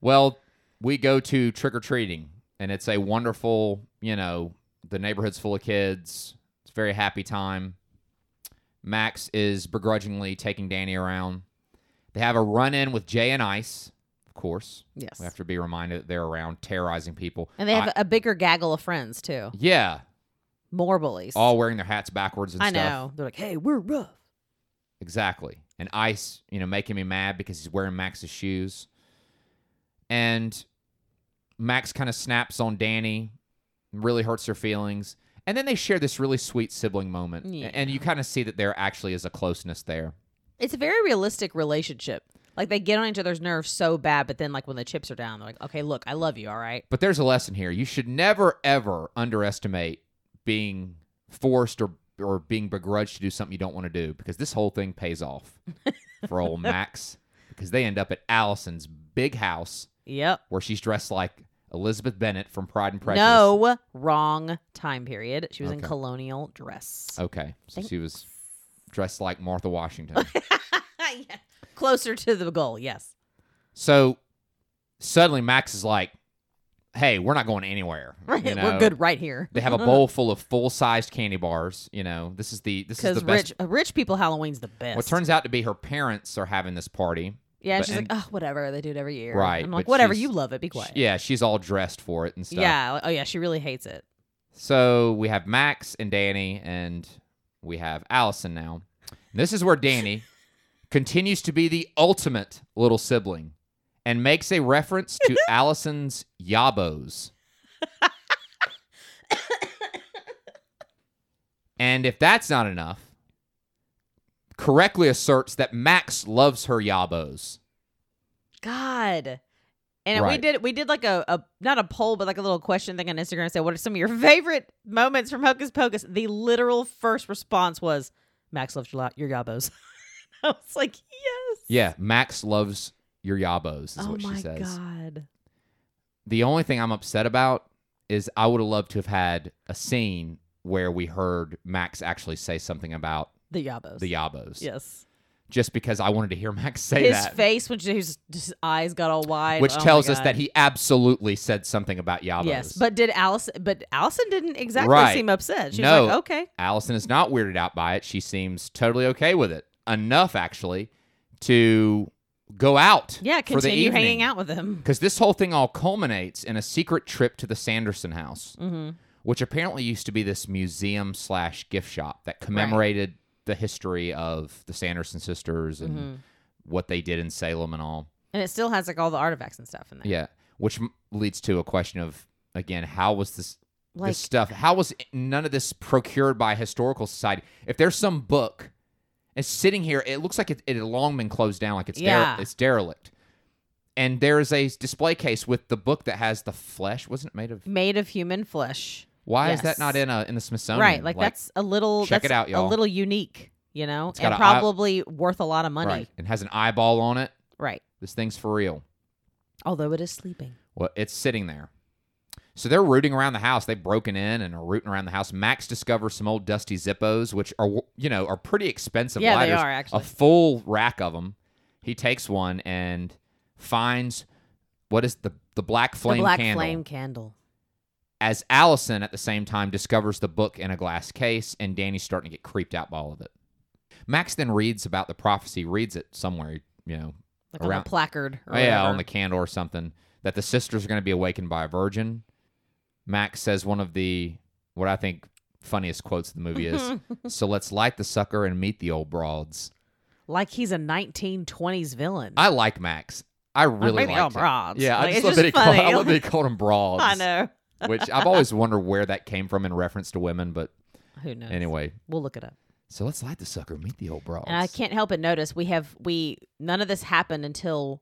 S1: Well, we go to trick or treating, and it's a wonderful, you know, the neighborhood's full of kids. It's a very happy time. Max is begrudgingly taking Danny around. They have a run in with Jay and Ice, of course.
S2: Yes.
S1: We have to be reminded that they're around terrorizing people.
S2: And they have
S1: I-
S2: a bigger gaggle of friends too.
S1: yeah,
S2: More bullies.
S1: all wearing their hats backwards and
S2: I
S1: stuff.
S2: know. They're like, "Hey, we're rough."
S1: Exactly. And Ice, you know, making me mad because he's wearing Max's shoes. And Max kind of snaps on Danny, really hurts her feelings. And then they share this really sweet sibling moment.
S2: Yeah.
S1: And you kind of see that there actually is a closeness there.
S2: It's a very realistic relationship. Like they get on each other's nerves so bad, but then like when the chips are down, they're like, okay, look, I love you, all right.
S1: But there's a lesson here. You should never ever underestimate being forced or or being begrudged to do something you don't want to do because this whole thing pays off for old Max because they end up at Allison's big house
S2: Yep.
S1: where she's dressed like Elizabeth Bennett from Pride and Prejudice.
S2: No, wrong time period. She was in
S1: Okay. Uh,
S2: colonial dress.
S1: Okay. So
S2: Thanks.
S1: she was dressed like Martha Washington.
S2: Yeah. Closer to the goal, yes.
S1: so suddenly Max is like, "Hey, we're not going anywhere. You
S2: Right. We're
S1: know,
S2: good right here.
S1: They have a bowl full of full-sized candy bars. You know, this is the this is
S2: Because
S1: the best.
S2: rich, uh, rich people Halloween's the best.
S1: Well, it turns out to be her parents are having this party.
S2: yeah, and
S1: but-
S2: she's
S1: and-
S2: like, oh, whatever. They do it every year.
S1: Right,
S2: I'm like,
S1: but
S2: whatever.
S1: she's-
S2: You love it. Be quiet.
S1: Yeah, she's all dressed for it and stuff.
S2: Yeah. Oh, yeah. She really hates it.
S1: So we have Max and Danny, and we have Allison now. And this is where Danny continues to be the ultimate little sibling and makes a reference to Allison's yabos. and if that's not enough, correctly asserts that Max loves her yabos.
S2: God. And we
S1: Right.
S2: did we did like a, a not a poll but like a little question thing on Instagram and said what are some of your favorite moments from Hocus Pocus? The literal first response was Max loves your, lo- your gobos. I was like, yes.
S1: Yeah, Max loves your yabos, is
S2: oh
S1: what
S2: my
S1: she says.
S2: god.
S1: The only thing I'm upset about is I would have loved to have had a scene where we heard Max actually say something about
S2: The yabos.
S1: the Yabos.
S2: Yes.
S1: Just because I wanted to hear Max say
S2: His
S1: that.
S2: face when she, his, his eyes got all wide,
S1: which
S2: oh my
S1: tells us
S2: God.
S1: that he absolutely said something about Yabos.
S2: Yes, but did Allison? But Allison didn't exactly
S1: Right.
S2: seem upset. She
S1: No.
S2: was like, "Okay,
S1: Allison is not weirded out by it. She seems totally okay with it. Enough actually to go out.
S2: yeah,
S1: for the
S2: continue hanging
S1: evening.
S2: out with him."
S1: Because this whole thing all culminates in a secret trip to the Sanderson house.
S2: Mm-hmm.
S1: which apparently used to be this museum slash gift shop that commemorated the history of the Sanderson sisters and
S2: Mhm.
S1: what they did in Salem and all.
S2: And it still has like all the artifacts and stuff in there.
S1: Yeah, which m- leads to a question of again, how was this
S2: like
S1: this stuff? How was i- none of this procured by a historical society? If there's some book, it's sitting here. It looks like it, it had long been closed down, like it's dere-
S2: Yeah.
S1: it's derelict. And there is a s- display case with the book that has the flesh. Wasn't it made of?
S2: made of human flesh.
S1: Why is that
S2: Yes.
S1: not in a in the Smithsonian?
S2: right. Like, that's a little
S1: check
S2: that's
S1: it out, y'all.
S2: a little unique, you know,
S1: It's got
S2: and
S1: a eye-
S2: probably worth a lot of money.
S1: Right. And has an eyeball on it.
S2: Right.
S1: This thing's for real.
S2: Although it is sleeping.
S1: Well, it's sitting there. So they're rooting around the house. They've broken in and are rooting around the house. Max discovers some old dusty Zippos, which are you know are pretty expensive.
S2: yeah,
S1: lighters.
S2: they are
S1: A
S2: actually.
S1: full rack of them. He takes one and finds what is the the black flame
S2: the black
S1: candle.
S2: flame candle.
S1: As Allison at the same time discovers the book in a glass case, and Danny's starting to get creeped out by all of it. Max then reads about the prophecy. Reads it somewhere, you know,
S2: Like on
S1: Around-
S2: the placard or
S1: Oh, yeah,
S2: whatever.
S1: on the candle or something. That the sisters are going to be awakened by a virgin. Max says one of the what I think funniest quotes of the movie is, "So let's light the sucker and meet the old broads."
S2: like he's a nineteen twenties villain.
S1: I like Max. I really
S2: maybe
S1: like
S2: old broads.
S1: Yeah,
S2: Like,
S1: I
S2: it's
S1: just love
S2: just
S1: that he called, I
S2: funny.
S1: love that he called them broads.
S2: I know.
S1: which I've always wondered where that came from in reference to women, but
S2: Who knows?
S1: anyway.
S2: We'll look it up.
S1: So let's light the sucker, and meet the old broads.
S2: And I can't help but notice we have we none of this happened until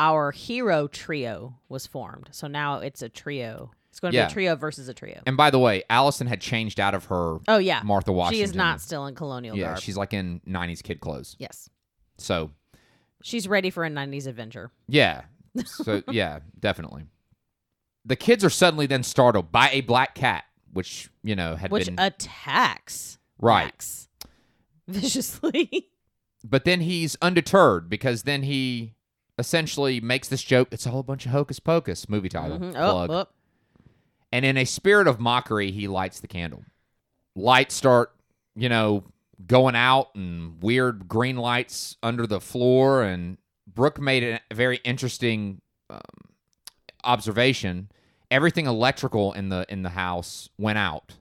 S2: our hero trio was formed. So now it's a trio. It's going to
S1: Yeah.
S2: be a trio versus a trio.
S1: And by the way, Allison had changed out of her
S2: oh yeah,
S1: Martha Washington.
S2: she is not still in colonial
S1: Yeah,
S2: garb.
S1: she's like in '90s kid clothes.
S2: yes,
S1: So
S2: she's ready for a '90s adventure.
S1: Yeah. So yeah, definitely. The kids are suddenly then startled by a black cat, which you know had
S2: which
S1: been
S2: attacks
S1: right.
S2: Max viciously.
S1: But then he's undeterred because then he essentially makes this joke. It's all a bunch of hocus pocus movie title
S2: Mhm.
S1: plug.
S2: Oh, oh.
S1: And in a spirit of mockery, he lights the candle. Lights start, you know, going out and weird green lights under the floor. And Brooke made a very interesting um, observation. Everything electrical in the in the house went out,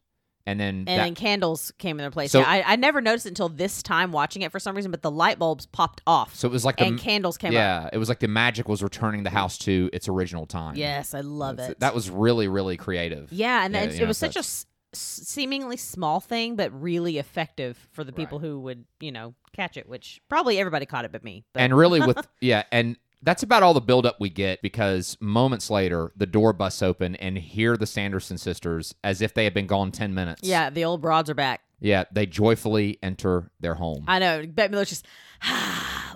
S1: and then
S2: And
S1: that-
S2: then candles came in their place.
S1: So-
S2: yeah, I, I never noticed it until this time watching it for some reason, but the light bulbs popped off
S1: so it was like the
S2: and candles came up.
S1: yeah, it was like the magic was returning the house to its original time.
S2: Yes, I love it.
S1: that was really really creative.
S2: Yeah, and
S1: Yeah,
S2: it's
S1: you
S2: it
S1: know,
S2: was
S1: so
S2: such a s- s- seemingly small thing, but really effective for the people
S1: Right.
S2: who would, you know, catch it. Which probably everybody caught it, but me. But
S1: And really, with yeah, and that's about all the buildup we get because moments later, the door busts open and here the Sanderson sisters, as if they had been gone ten minutes.
S2: yeah, the old broads are back.
S1: yeah, they joyfully enter their home.
S2: I know. Bet Miller's just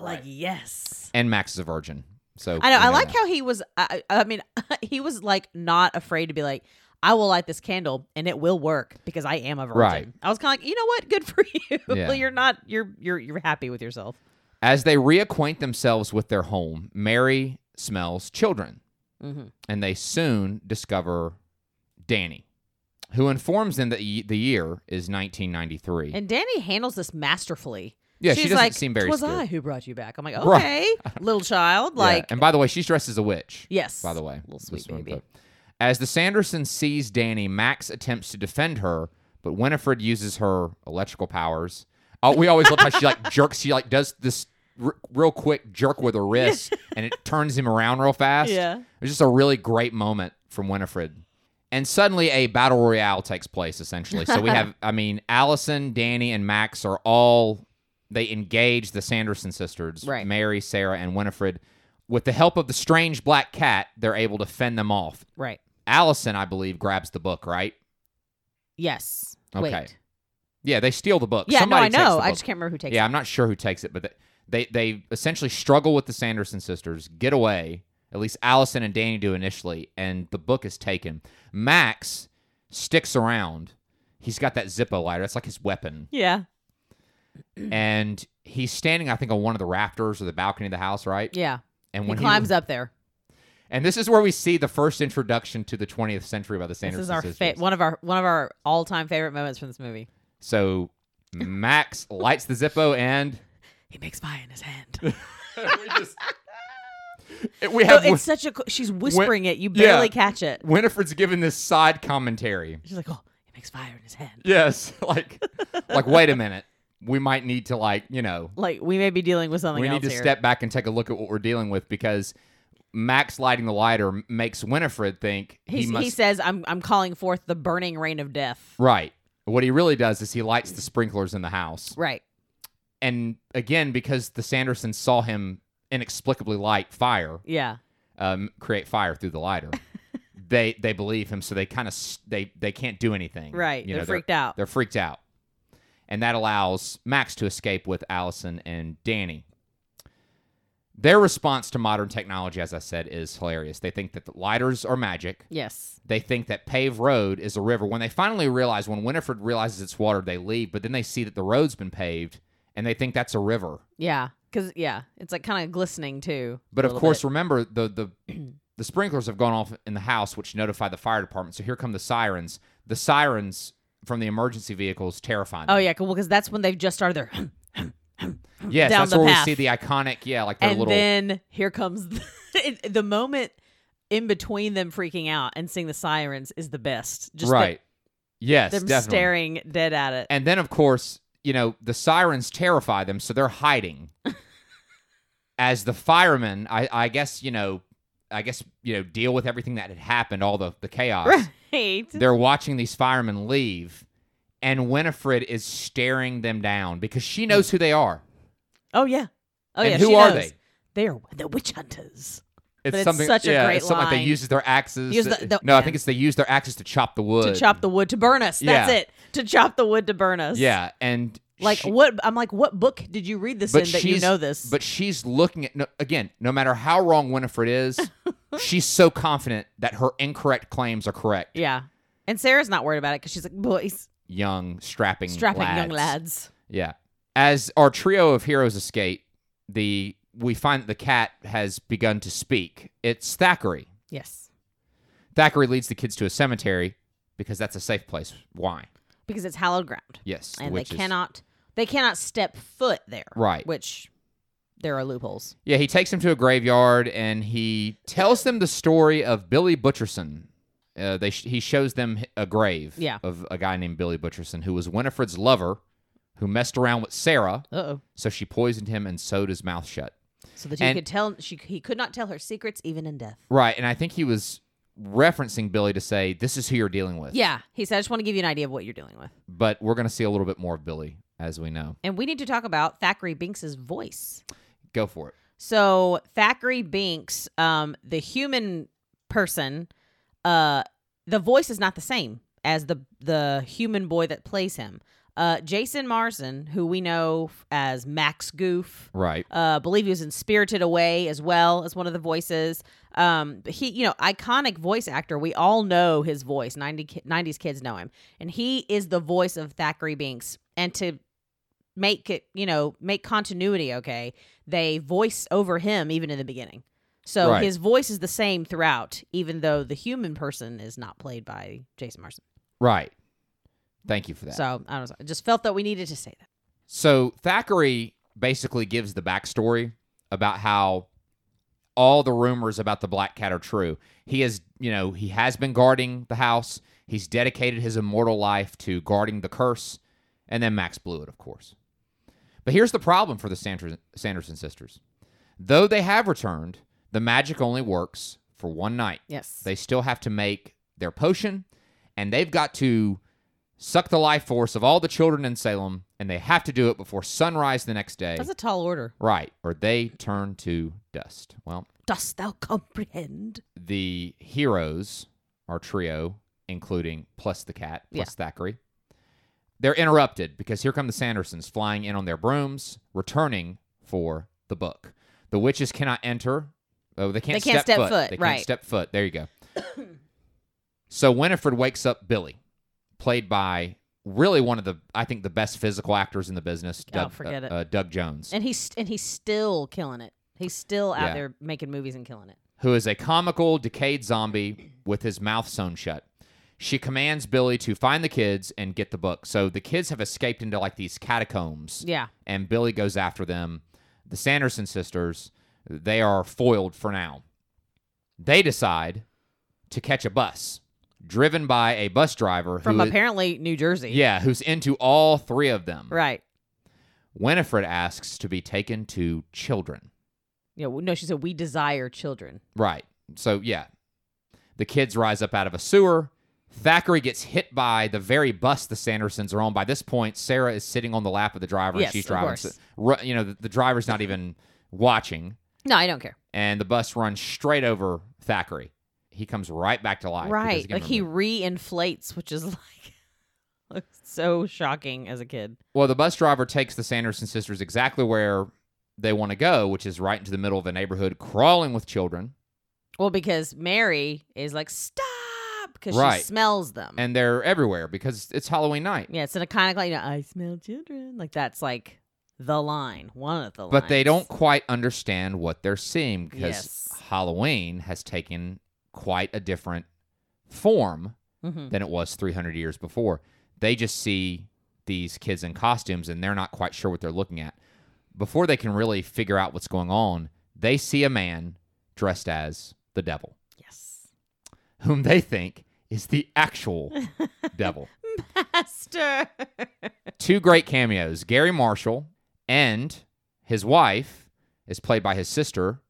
S2: like
S1: Right.
S2: yes.
S1: and Max is a virgin, so
S2: I know.
S1: we
S2: I like
S1: that.
S2: how he was. I, I I mean, he was like not afraid to be like, "I will light this candle and it will work because I am a virgin."
S1: Right.
S2: I was kind of like, you know what? Good for you.
S1: Yeah.
S2: you're not. You're you're you're happy with yourself.
S1: As they reacquaint themselves with their home, Mary smells children,
S2: Mm-hmm.
S1: and they soon discover Danny, who informs them that y- the year is 1993.
S2: And Danny handles this masterfully.
S1: yeah,
S2: She's
S1: she doesn't
S2: like,
S1: seem very
S2: "'Twas
S1: scared.
S2: I who brought you back. I'm like, okay,
S1: Right.
S2: little child.
S1: Yeah,
S2: Like,
S1: and by the way, she's dressed as a witch.
S2: yes.
S1: By the way,
S2: Little
S1: Just
S2: sweet
S1: wanna
S2: baby.
S1: put- As the Sandersons sees Danny, Max attempts to defend her, but Winifred uses her electrical powers. Oh, we always love how she like jerks. She like does this r- real quick jerk with her wrist, and it turns him around real fast.
S2: Yeah.
S1: It's just a really great moment from Winifred. And suddenly a battle royale takes place, essentially. So we have, I mean, Allison, Danny, and Max are all, they engage the Sanderson sisters,
S2: Right.
S1: Mary, Sarah, and Winifred. With the help of the strange black cat, they're able to fend them off.
S2: Right.
S1: Allison, I believe, grabs the book, right?
S2: Yes.
S1: Okay.
S2: Wait.
S1: Yeah, they steal the book.
S2: Yeah,
S1: Somebody
S2: no, I
S1: takes
S2: know.
S1: the
S2: I
S1: book.
S2: just can't remember who takes
S1: Yeah,
S2: it.
S1: I'm not sure who takes it, but th- they they essentially struggle with the Sanderson sisters, get away. At least Allison and Danny do initially, and the book is taken. Max sticks around. He's got that Zippo lighter. That's like his weapon,
S2: Yeah.
S1: and he's standing, I think, on one of the rafters or the balcony of the house, right?
S2: Yeah.
S1: And
S2: He
S1: when
S2: climbs up there.
S1: and this is where we see the first introduction to the 20th century by the
S2: This
S1: Sanderson
S2: is our fa-
S1: sisters.
S2: one of our one of our all time favorite moments from this movie.
S1: so Max lights the Zippo, and
S2: He makes fire in his hand.
S1: we just we
S2: No,
S1: have
S2: it's such a. co- She's whispering it. You
S1: yeah.
S2: barely catch it.
S1: Winifred's given this side commentary.
S2: She's like, "Oh, he makes fire in his hand."
S1: Yes, like like wait a minute. We might need to like, you know,
S2: Like we may be dealing with something
S1: we
S2: else
S1: need to
S2: here.
S1: step back and take a look at what we're dealing with because Max lighting the lighter m- makes Winifred think
S2: He's-
S1: he must
S2: he says, "I'm I'm calling forth the burning rain of death."
S1: right. What he really does is he lights the sprinklers in the house.
S2: Right.
S1: And again, because the Sandersons saw him inexplicably light fire,
S2: Yeah.
S1: um, create fire through the lighter. they they believe him, so they kind of s they they can't do anything.
S2: Right.
S1: You
S2: they're
S1: know,
S2: freaked out.
S1: They're freaked out. And that allows Max to escape with Allison and Danny. Their response to modern technology, as I said, is hilarious. They think that the lighters are magic.
S2: Yes.
S1: They think that paved road is a river. When they finally realize, when Winifred realizes it's water, they leave, but then they see that the road's been paved and they think that's a river.
S2: Yeah. Because yeah, it's like kind of glistening too. a
S1: But of
S2: little
S1: course,
S2: bit.
S1: remember the the the sprinklers have gone off in the house, which notify the fire department. So here come the sirens. The sirens from the emergency vehicles terrifying.
S2: oh
S1: them.
S2: yeah, well, because that's when they've just started their,
S1: yes,
S2: down
S1: that's
S2: the
S1: where
S2: path.
S1: we see the iconic. Yeah, like their
S2: and
S1: little.
S2: then here comes the, it- the moment in between them freaking out and seeing the sirens is the best. Just the-
S1: right. yes,
S2: them
S1: definitely.
S2: staring dead at it.
S1: And then of course, you know, the sirens terrify them, so they're hiding. As the firemen, I, I guess you know, I guess you know, deal with everything that had happened, all the the chaos.
S2: right.
S1: they're watching these firemen leave and winifred is staring them down because she knows who they are
S2: Oh yeah. Mm. Oh
S1: and
S2: yeah.
S1: who
S2: she
S1: are
S2: knows.
S1: they
S2: They are the witch hunters.
S1: it's,
S2: it's such a
S1: yeah,
S2: great
S1: it's something like
S2: line.
S1: they use their axes
S2: Use
S1: to-
S2: the- the-
S1: no i
S2: yeah.
S1: think it's they use their axes to chop the wood
S2: To chop the wood to burn us. That's
S1: Yeah.
S2: it. To chop the wood to burn us.
S1: yeah and
S2: Like
S1: she-
S2: what? I'm like, what book did you read this in
S1: but
S2: that you
S1: she's-
S2: know this?
S1: but she's looking at no, again no matter how wrong winifred is she's so confident that her incorrect claims are correct
S2: yeah. And Sarah's not worried about it because she's like, boys,
S1: young strapping
S2: strapping
S1: lads.
S2: young lads.
S1: Yeah. As our trio of heroes escape, the we find that the cat has begun to speak. It's Thackeray.
S2: Yes.
S1: Thackeray leads the kids to a cemetery because that's a safe place. Why?
S2: Because it's hallowed ground,
S1: Yes.
S2: and
S1: which
S2: they
S1: is-
S2: cannot they cannot step foot there.
S1: Right.
S2: Which there are loopholes.
S1: Yeah, he takes them to a graveyard and he tells them the story of Billy Butcherson. Uh, they sh- he shows them h- a grave
S2: Yeah.
S1: of a guy named Billy Butcherson who was Winifred's lover, who messed around with Sarah,
S2: Uh oh.
S1: so she poisoned him and sewed his mouth shut.
S2: So that he
S1: And-
S2: could tell she he could not tell her secrets even in death.
S1: Right, and I think he was referencing Billy to say, this is who you're dealing with.
S2: Yeah. He said, I just want to give you an idea of what you're dealing with.
S1: But we're going to see a little bit more of Billy, as we know.
S2: And we need to talk about Thackeray Binks's voice.
S1: Go for it.
S2: So Thackeray Binks, um, the human person, uh, the voice is not the same as the the human boy that plays him. Uh, Jason Marsden, who we know as Max Goof,
S1: Right.
S2: uh, believe he was in Spirited Away as well as one of the voices. Um, but he, you know, iconic voice actor. We all know his voice. 90, ki- 90s kids know him. And he is the voice of Thackeray Binks. And to make it, you know, make continuity okay, they voice over him even in the beginning. So
S1: Right.
S2: his voice is the same throughout, even though the human person is not played by Jason Marsden.
S1: Right. Thank you for that.
S2: So I don't know. I just felt that we needed to say that.
S1: So Thackeray basically gives the backstory about how all the rumors about the Black Cat are true. He is, you know, he has been guarding the house. He's dedicated his immortal life to guarding the curse, and then Max blew it, of course. But here's the problem for the Sanderson, Sanderson sisters: though they have returned, the magic only works for one night.
S2: Yes.
S1: They still have to make their potion, and they've got to suck the life force of all the children in Salem, and they have to do it before sunrise the next day.
S2: That's a tall order.
S1: right, or they turn to dust. Well,
S2: Dost thou comprehend?
S1: the heroes, our trio, including plus the cat, plus
S2: Yeah.
S1: Thackeray, they're interrupted because here come the Sandersons flying in on their brooms, returning for the book. The witches cannot enter. Oh, they can't,
S2: They can't step foot,
S1: They
S2: right.
S1: can't step foot. There you go. so Winifred wakes up Billy, played by really one of the I think the best physical actors in the business.
S2: Oh,
S1: Doug,
S2: forget
S1: uh,
S2: it.
S1: Uh, Doug Jones.
S2: And he's and he's still killing it. He's still out
S1: Yeah.
S2: there making movies and killing it.
S1: who is a comical, decayed zombie with his mouth sewn shut. She commands Billy to find the kids and get the book. So the kids have escaped into like these catacombs,
S2: Yeah.
S1: and Billy goes after them. The Sanderson sisters, they are foiled for now. They decide to catch a bus driven by a bus driver
S2: From
S1: who is-
S2: apparently New Jersey.
S1: yeah, who's into all three of them.
S2: Right.
S1: Winifred asks to be taken to children.
S2: Yeah. well, No, she said we desire children.
S1: Right. So yeah, the kids rise up out of a sewer. Thackeray gets hit by the very bus the Sandersons are on. By this point, Sarah is sitting on the lap of the driver.
S2: Yes,
S1: and she's
S2: of
S1: driving.
S2: course.
S1: so- ru- you know, the, the driver's not even watching,
S2: No, I don't care.
S1: and the bus runs straight over Thackeray. He comes right back to life. because,
S2: right.
S1: again,
S2: Like he
S1: remember-
S2: reinflates, which is like so shocking as a kid.
S1: Well, the bus driver takes the Sanderson sisters exactly where they want to go, which is right into the middle of a neighborhood, crawling with children.
S2: Well, because Mary is like stop because she
S1: Right.
S2: smells them.
S1: And they're everywhere because it's Halloween night.
S2: yeah, it's in a kind of like you know I smell children. Like that's like the line, one of the.
S1: But they
S2: lines.
S1: don't quite understand what they're seeing because
S2: Yes.
S1: Halloween has taken quite a different form
S2: Mhm.
S1: than it was 300 years before. They just see these kids in costumes and they're not quite sure what they're looking at. Before they can really figure out what's going on, they see a man dressed as the devil,
S2: Yes.
S1: whom they think is the actual devil.
S2: Master.
S1: two great cameos Gary Marshall and his wife is played by his sister,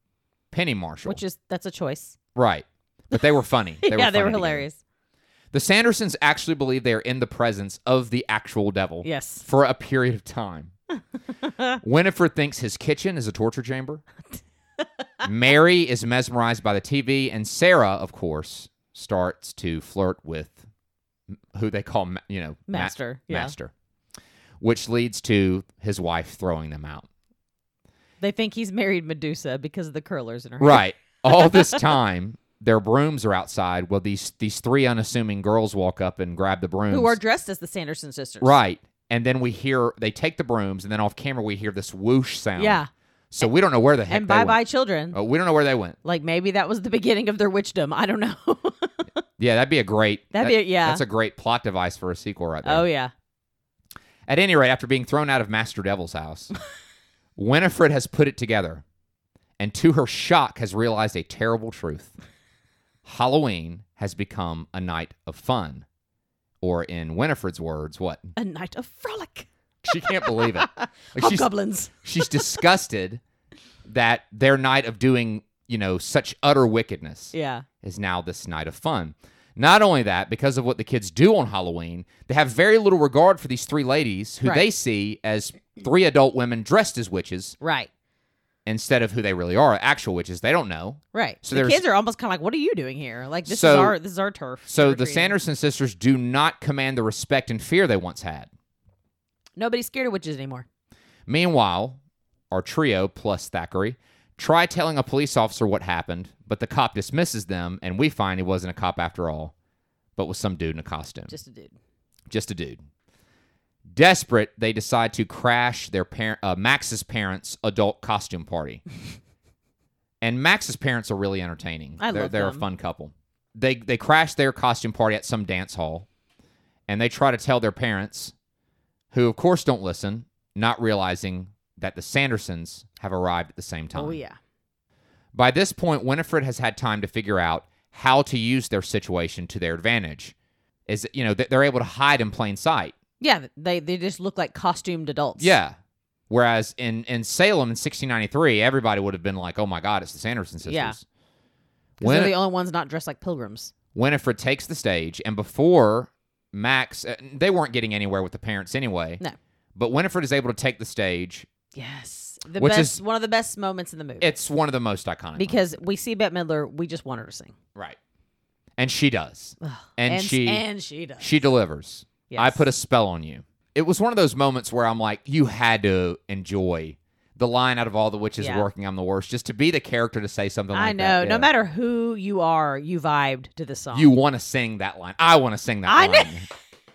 S1: Penny Marshall.
S2: Which is that's a choice.
S1: right. But they were funny. They
S2: yeah,
S1: were funny
S2: they were
S1: together.
S2: hilarious.
S1: The Sandersons actually believe they are in the presence of the actual devil
S2: Yes.
S1: for a period of time. Winifred thinks his kitchen is a torture chamber. Mary is mesmerized by the TV, and Sarah, of course, starts to flirt with who they call, ma- you know, ma-
S2: Master, yeah.
S1: master, which leads to his wife throwing them out.
S2: They think he's married Medusa because of the curlers in her hair.
S1: Right. All this time, their brooms are outside. Well, these these three unassuming girls walk up and grab the brooms.
S2: Who are dressed as the Sanderson sisters.
S1: Right. And then we hear they take the brooms, and then off camera we hear this whoosh sound.
S2: Yeah.
S1: So we don't know where the heck
S2: And
S1: they
S2: bye
S1: went.
S2: bye children.
S1: Uh, we don't know where they went.
S2: Like maybe that was the beginning of their witchdom. I don't know.
S1: Yeah, that'd be a great.
S2: That'd be a- yeah.
S1: That's a great plot device for a sequel, right there.
S2: oh yeah.
S1: At any rate, after being thrown out of Master Devil's house, Winifred has put it together, and to her shock, has realized a terrible truth: Halloween has become a night of fun, or in Winifred's words, what?
S2: A night of frolic.
S1: She can't believe
S2: Oh,
S1: it. Like she's
S2: Hobgoblins.
S1: she's disgusted that their night of doing you know, such utter wickedness
S2: Yeah.
S1: is now this night of fun. Not only that, because of what the kids do on Halloween, they have very little regard for these three ladies who
S2: Right.
S1: they see as three adult women dressed as witches
S2: Right.
S1: instead of who they really are, actual witches. They don't know.
S2: Right.
S1: So
S2: So the
S1: there's-
S2: kids are almost kind of like, "What are you doing here? Like this is
S1: So-
S2: our this is our turf."
S1: So
S2: We're
S1: the
S2: treating-
S1: Sanderson sisters do not command the respect and fear they once had.
S2: nobody's scared of witches anymore.
S1: Meanwhile, our trio plus Thackeray try telling a police officer what happened, but the cop dismisses them, and we find he wasn't a cop after all, but was some dude in a costume. Just,
S2: Just a dude.
S1: a dude. Desperate, they decide to crash their parent uh, Max's parents' adult costume party. and Max's parents are really entertaining.
S2: I
S1: they're
S2: love
S1: they're a
S2: them.
S1: fun couple. They they crash their costume party at some dance hall, and they try to tell their parents, who of course don't listen, not realizing that the Sandersons have arrived at the same time.
S2: Oh yeah.
S1: By this point, Winifred has had time to figure out how to use their situation to their advantage. Is you know that they're able to hide in plain sight.
S2: Yeah, they they just look like costumed adults.
S1: Yeah. Whereas in in Salem in 1693, everybody would have been like, "Oh my God, it's the Sanderson sisters."
S2: Yeah. 'Cause
S1: Win-
S2: they're the only ones not dressed like pilgrims.
S1: Winifred takes the stage, and before Max, uh, they weren't getting anywhere with the parents anyway.
S2: No.
S1: But Winifred is able to take the stage.
S2: Yes, the
S1: Which
S2: best
S1: is-
S2: one of the best moments in the movie
S1: It's one of the most iconic.
S2: because we see Bette Midler. We just want her to sing,
S1: right, and she does,
S2: Ugh.
S1: and, she
S2: and she does.
S1: she delivers. I put a spell on you. It was one of those moments where I'm like, you had to enjoy the line out of all the witches
S2: Yeah.
S1: working. I'm the worst. Just to be the character to say something.
S2: I
S1: like
S2: know.
S1: that,
S2: No
S1: yeah.
S2: matter who you are, you vibed to the song.
S1: You want to sing that line. I want to sing that
S2: I know.
S1: line.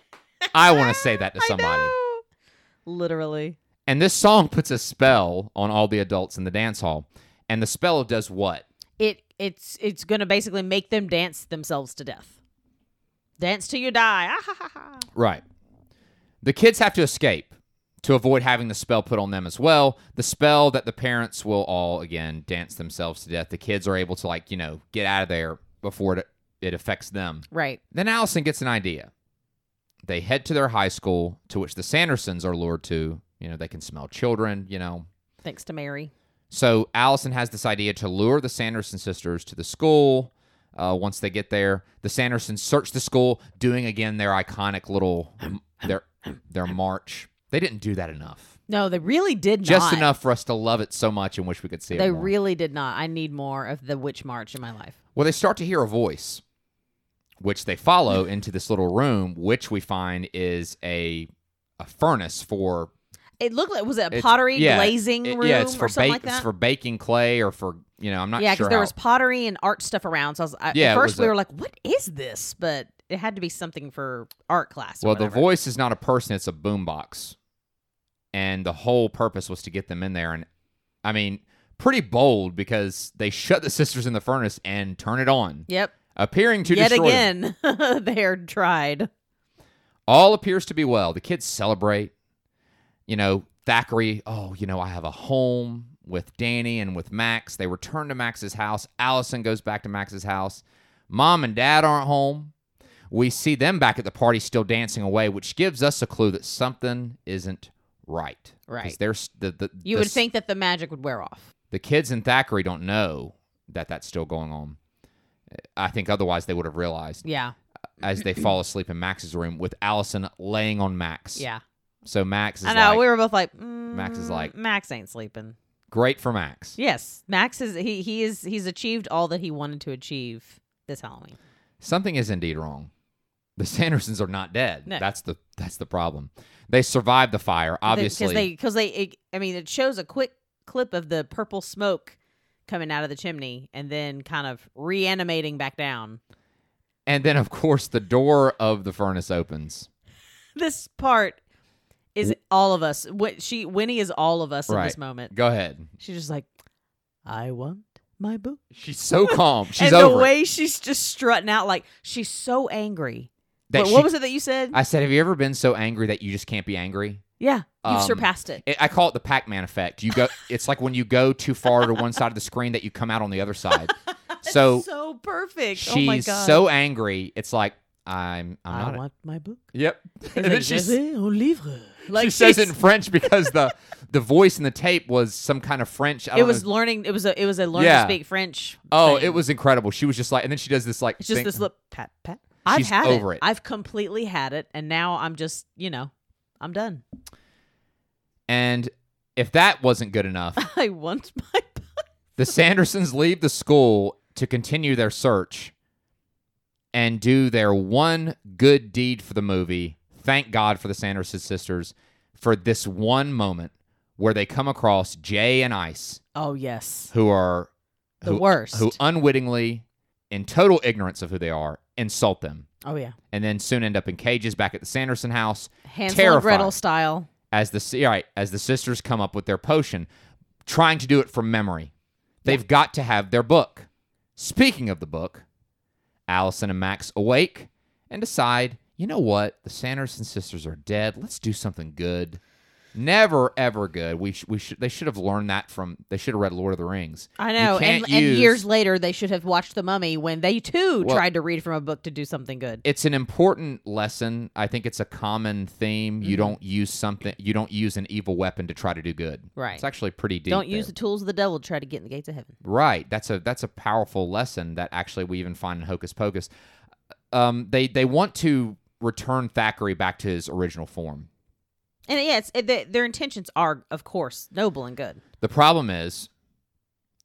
S1: I want to say that to somebody.
S2: I know. Literally.
S1: And this song puts a spell on all the adults in the dance hall. And the spell does what?
S2: It it's it's gonna basically make them dance themselves to death. Dance till you die. Ah, ha, ha, ha.
S1: Right. The kids have to escape to avoid having the spell put on them as well. The spell that the parents will all, again, dance themselves to death. The kids are able to, like, you know, get out of there before it, it affects them.
S2: Right.
S1: Then Allison gets an idea. They head to their high school, to which the Sandersons are lured to. You know, they can smell children, you know,
S2: Thanks to Mary.
S1: So Allison has this idea to lure the Sanderson sisters to the school. Uh, once they get there, the Sandersons search the school, doing again their iconic little their their march. They didn't do that enough,
S2: No, they really did not.
S1: just enough for us to love it so much and wish we could see
S2: They
S1: it. More.
S2: really did not. I need more of the witch march in my life.
S1: well, they start to hear a voice, which they follow into this little room, which we find is a a furnace for
S2: It looked like was it a
S1: it's-
S2: pottery
S1: yeah,
S2: glazing
S1: it-
S2: room
S1: yeah, it's for
S2: or something
S1: bake-
S2: like
S1: it's
S2: that?
S1: for baking clay or for you know I'm not
S2: yeah,
S1: sure
S2: there
S1: how-
S2: was pottery and art stuff around. So I was, I,
S1: Yeah,
S2: at
S1: it
S2: first
S1: was
S2: we
S1: a-
S2: were like, "What is this?" But it had to be something for art class. Or
S1: Well, the
S2: whatever.
S1: voice is not a person; it's a boombox, and the whole purpose was to get them in there. And I mean, pretty bold because they shut the sisters in the furnace and turn it on,
S2: Yep.
S1: appearing to
S2: Yet
S1: destroy them.
S2: again, they're tried.
S1: All appears to be well. The kids celebrate. You know, Thackeray. Oh, you know, I have a home with Danny and with Max. They return to Max's house. Allison goes back to Max's house. Mom and Dad aren't home. We see them back at the party still dancing away, which gives us a clue that something isn't right. 'Cause
S2: Right.
S1: There's the, the
S2: You
S1: the
S2: would
S1: s-
S2: think that the magic would wear off.
S1: the kids in Thackeray don't know that that's still going on. I think otherwise they would have realized
S2: Yeah.
S1: as they fall asleep in Max's room with Allison laying on Max.
S2: Yeah.
S1: So Max is
S2: I know.
S1: like,
S2: we were both like,
S1: Max is
S2: "Mm,
S1: like-
S2: Max ain't sleeping.
S1: great for Max.
S2: Yes, Max is he he is he's achieved all that he wanted to achieve this Halloween.
S1: Something is indeed wrong. The Sandersons are not dead.
S2: No.
S1: That's the that's the problem. They survived the fire, obviously.
S2: because they because they it, I mean it shows a quick clip of the purple smoke coming out of the chimney and then kind of reanimating back down.
S1: and then of course the door of the furnace opens.
S2: This part is all of us. What she Winnie is all of us in this
S1: Right.
S2: moment.
S1: Go ahead.
S2: She's just like, I want my boo.
S1: She's so calm. She's
S2: and
S1: over
S2: the
S1: it.
S2: way she's just strutting out like she's so angry.
S1: That
S2: but what
S1: she-
S2: was it that you said?
S1: I said, have you ever been so angry that you just can't be angry?
S2: yeah,
S1: Um,
S2: you've surpassed it.
S1: I- I call it the Pac-Man effect. You go it's like when you go too far to one side of the screen that you come out on the other side. So,
S2: so perfect.
S1: she's
S2: oh my god.
S1: so angry. It's like I'm I'm
S2: I
S1: not
S2: want my book.
S1: Yep.
S2: It's
S1: And then
S2: like,
S1: she's
S2: "J'avais un livre." Like
S1: she says it
S2: she's-
S1: in French because the the voice in the tape was some kind of French. I
S2: it
S1: don't
S2: was
S1: know.
S2: learning. It was a. It was a learn
S1: Yeah.
S2: to speak French.
S1: oh,
S2: thing.
S1: it was incredible. She was just like, and then she does this like
S2: It's just
S1: thing-
S2: this little pat pat. I've
S1: She's
S2: had
S1: over it.
S2: it. I've completely had it, and now I'm just you know, I'm done.
S1: And if that wasn't good enough,
S2: I want my.
S1: the Sandersons leave the school to continue their search and do their one good deed for the movie. Thank God for the Sanderson sisters for this one moment where they come across Jay and Ice,
S2: Oh yes,
S1: who are
S2: the
S1: who,
S2: worst.
S1: who unwittingly, in total ignorance of who they are, insult them,
S2: oh yeah,
S1: and then soon end up in cages back at the Sanderson house
S2: Hansel
S1: Terrifying.
S2: and Gretel style.
S1: as the yeah, right as the sisters come up with their potion, trying to do it from memory. They've got to have their book. Speaking of the book, Allison and Max awake and decide, you know what, the Sanderson sisters are dead. Let's do something good. Never ever good. We sh- we should they should have learned that from they should have read Lord of the Rings.
S2: I know,
S1: can't
S2: and, and
S1: use-
S2: years later they should have watched The Mummy when they too
S1: Well-
S2: tried to read from a book to do something good.
S1: It's an important lesson. I think it's a common theme.
S2: Mm-hmm.
S1: You don't use something you don't use an evil weapon to try to do good.
S2: Right.
S1: It's actually pretty deep.
S2: Don't use
S1: there.
S2: the tools of the devil to try to get in the gates of heaven.
S1: Right. That's a that's a powerful lesson that actually we even find in Hocus Pocus. Um, they they want to return Thackeray back to his original form.
S2: And yes, it, the, their intentions are, of course, noble and good.
S1: The problem is,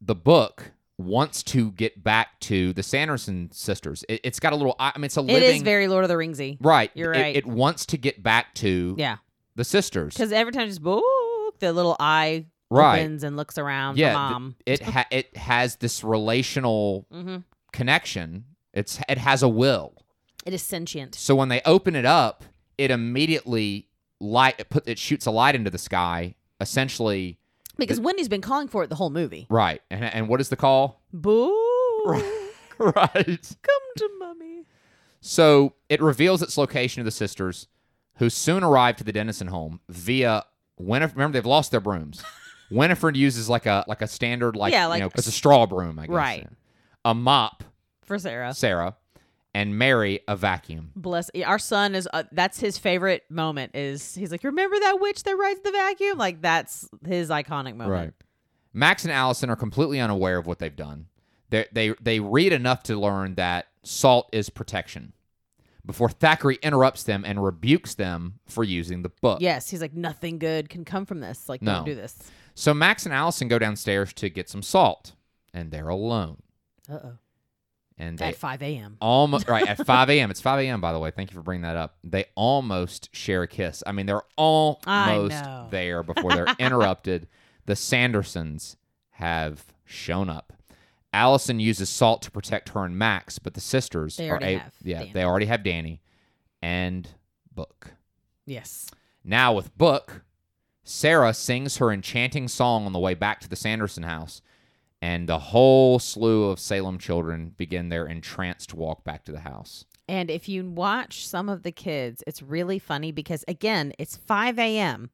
S1: the book wants to get back to the Sanderson sisters. It, it's got a little. I I mean, it's a living.
S2: It is very Lord of the Ringsy.
S1: right.
S2: You're
S1: It-
S2: right.
S1: It, wants to get back to
S2: Yeah,
S1: the sisters.
S2: because every time she's book, the little eye
S1: Right.
S2: opens and looks around.
S1: Yeah,
S2: for
S1: th-
S2: mom.
S1: It ha- it has this relational
S2: mm-hmm.
S1: connection. It's it has a will.
S2: It is sentient.
S1: So when they open it up, it immediately light it put it shoots a light into the sky, essentially
S2: Because Wendy's been calling for it the whole movie.
S1: right. And and what is the call?
S2: Boo!
S1: right.
S2: Come to mummy.
S1: So it reveals its location to the sisters, who soon arrive to the Dennison home via Winifred. Remember, they've lost their brooms. Winifred uses like a like a standard like,
S2: Yeah,
S1: you
S2: like-
S1: know it's a straw broom, I guess.
S2: Right.
S1: A mop,
S2: For Sarah.
S1: Sarah, and Mary a vacuum.
S2: Bless our son is uh, that's his favorite moment is he's like remember that witch that rides the vacuum like that's his iconic moment
S1: Right. Max and Allison are completely unaware of what they've done. They they they read enough to learn that salt is protection. Before Thackeray interrupts them and rebukes them for using the book.
S2: yes he's like nothing good can come from this like
S1: No.
S2: don't do this
S1: So Max and Allison go downstairs to get some salt, and they're alone.
S2: uh oh
S1: And they
S2: at 5 a.m
S1: almost right at 5 a.m. It's 5 a.m. by the way. Thank you for bringing that up. They almost share a kiss. I mean, they're almost
S2: know.
S1: there before they're interrupted. The Sandersons have shown up. Allison uses salt to protect her and Max, but the sisters
S2: They
S1: are
S2: already
S1: a-
S2: have
S1: yeah
S2: Danny.
S1: they already have Danny and Book.
S2: yes
S1: Now with Book, Sarah sings her enchanting song on the way back to the Sanderson house, and the whole slew of Salem children begin their entranced walk back to the house.
S2: and if you watch some of the kids it's really funny because again it's 5 a.m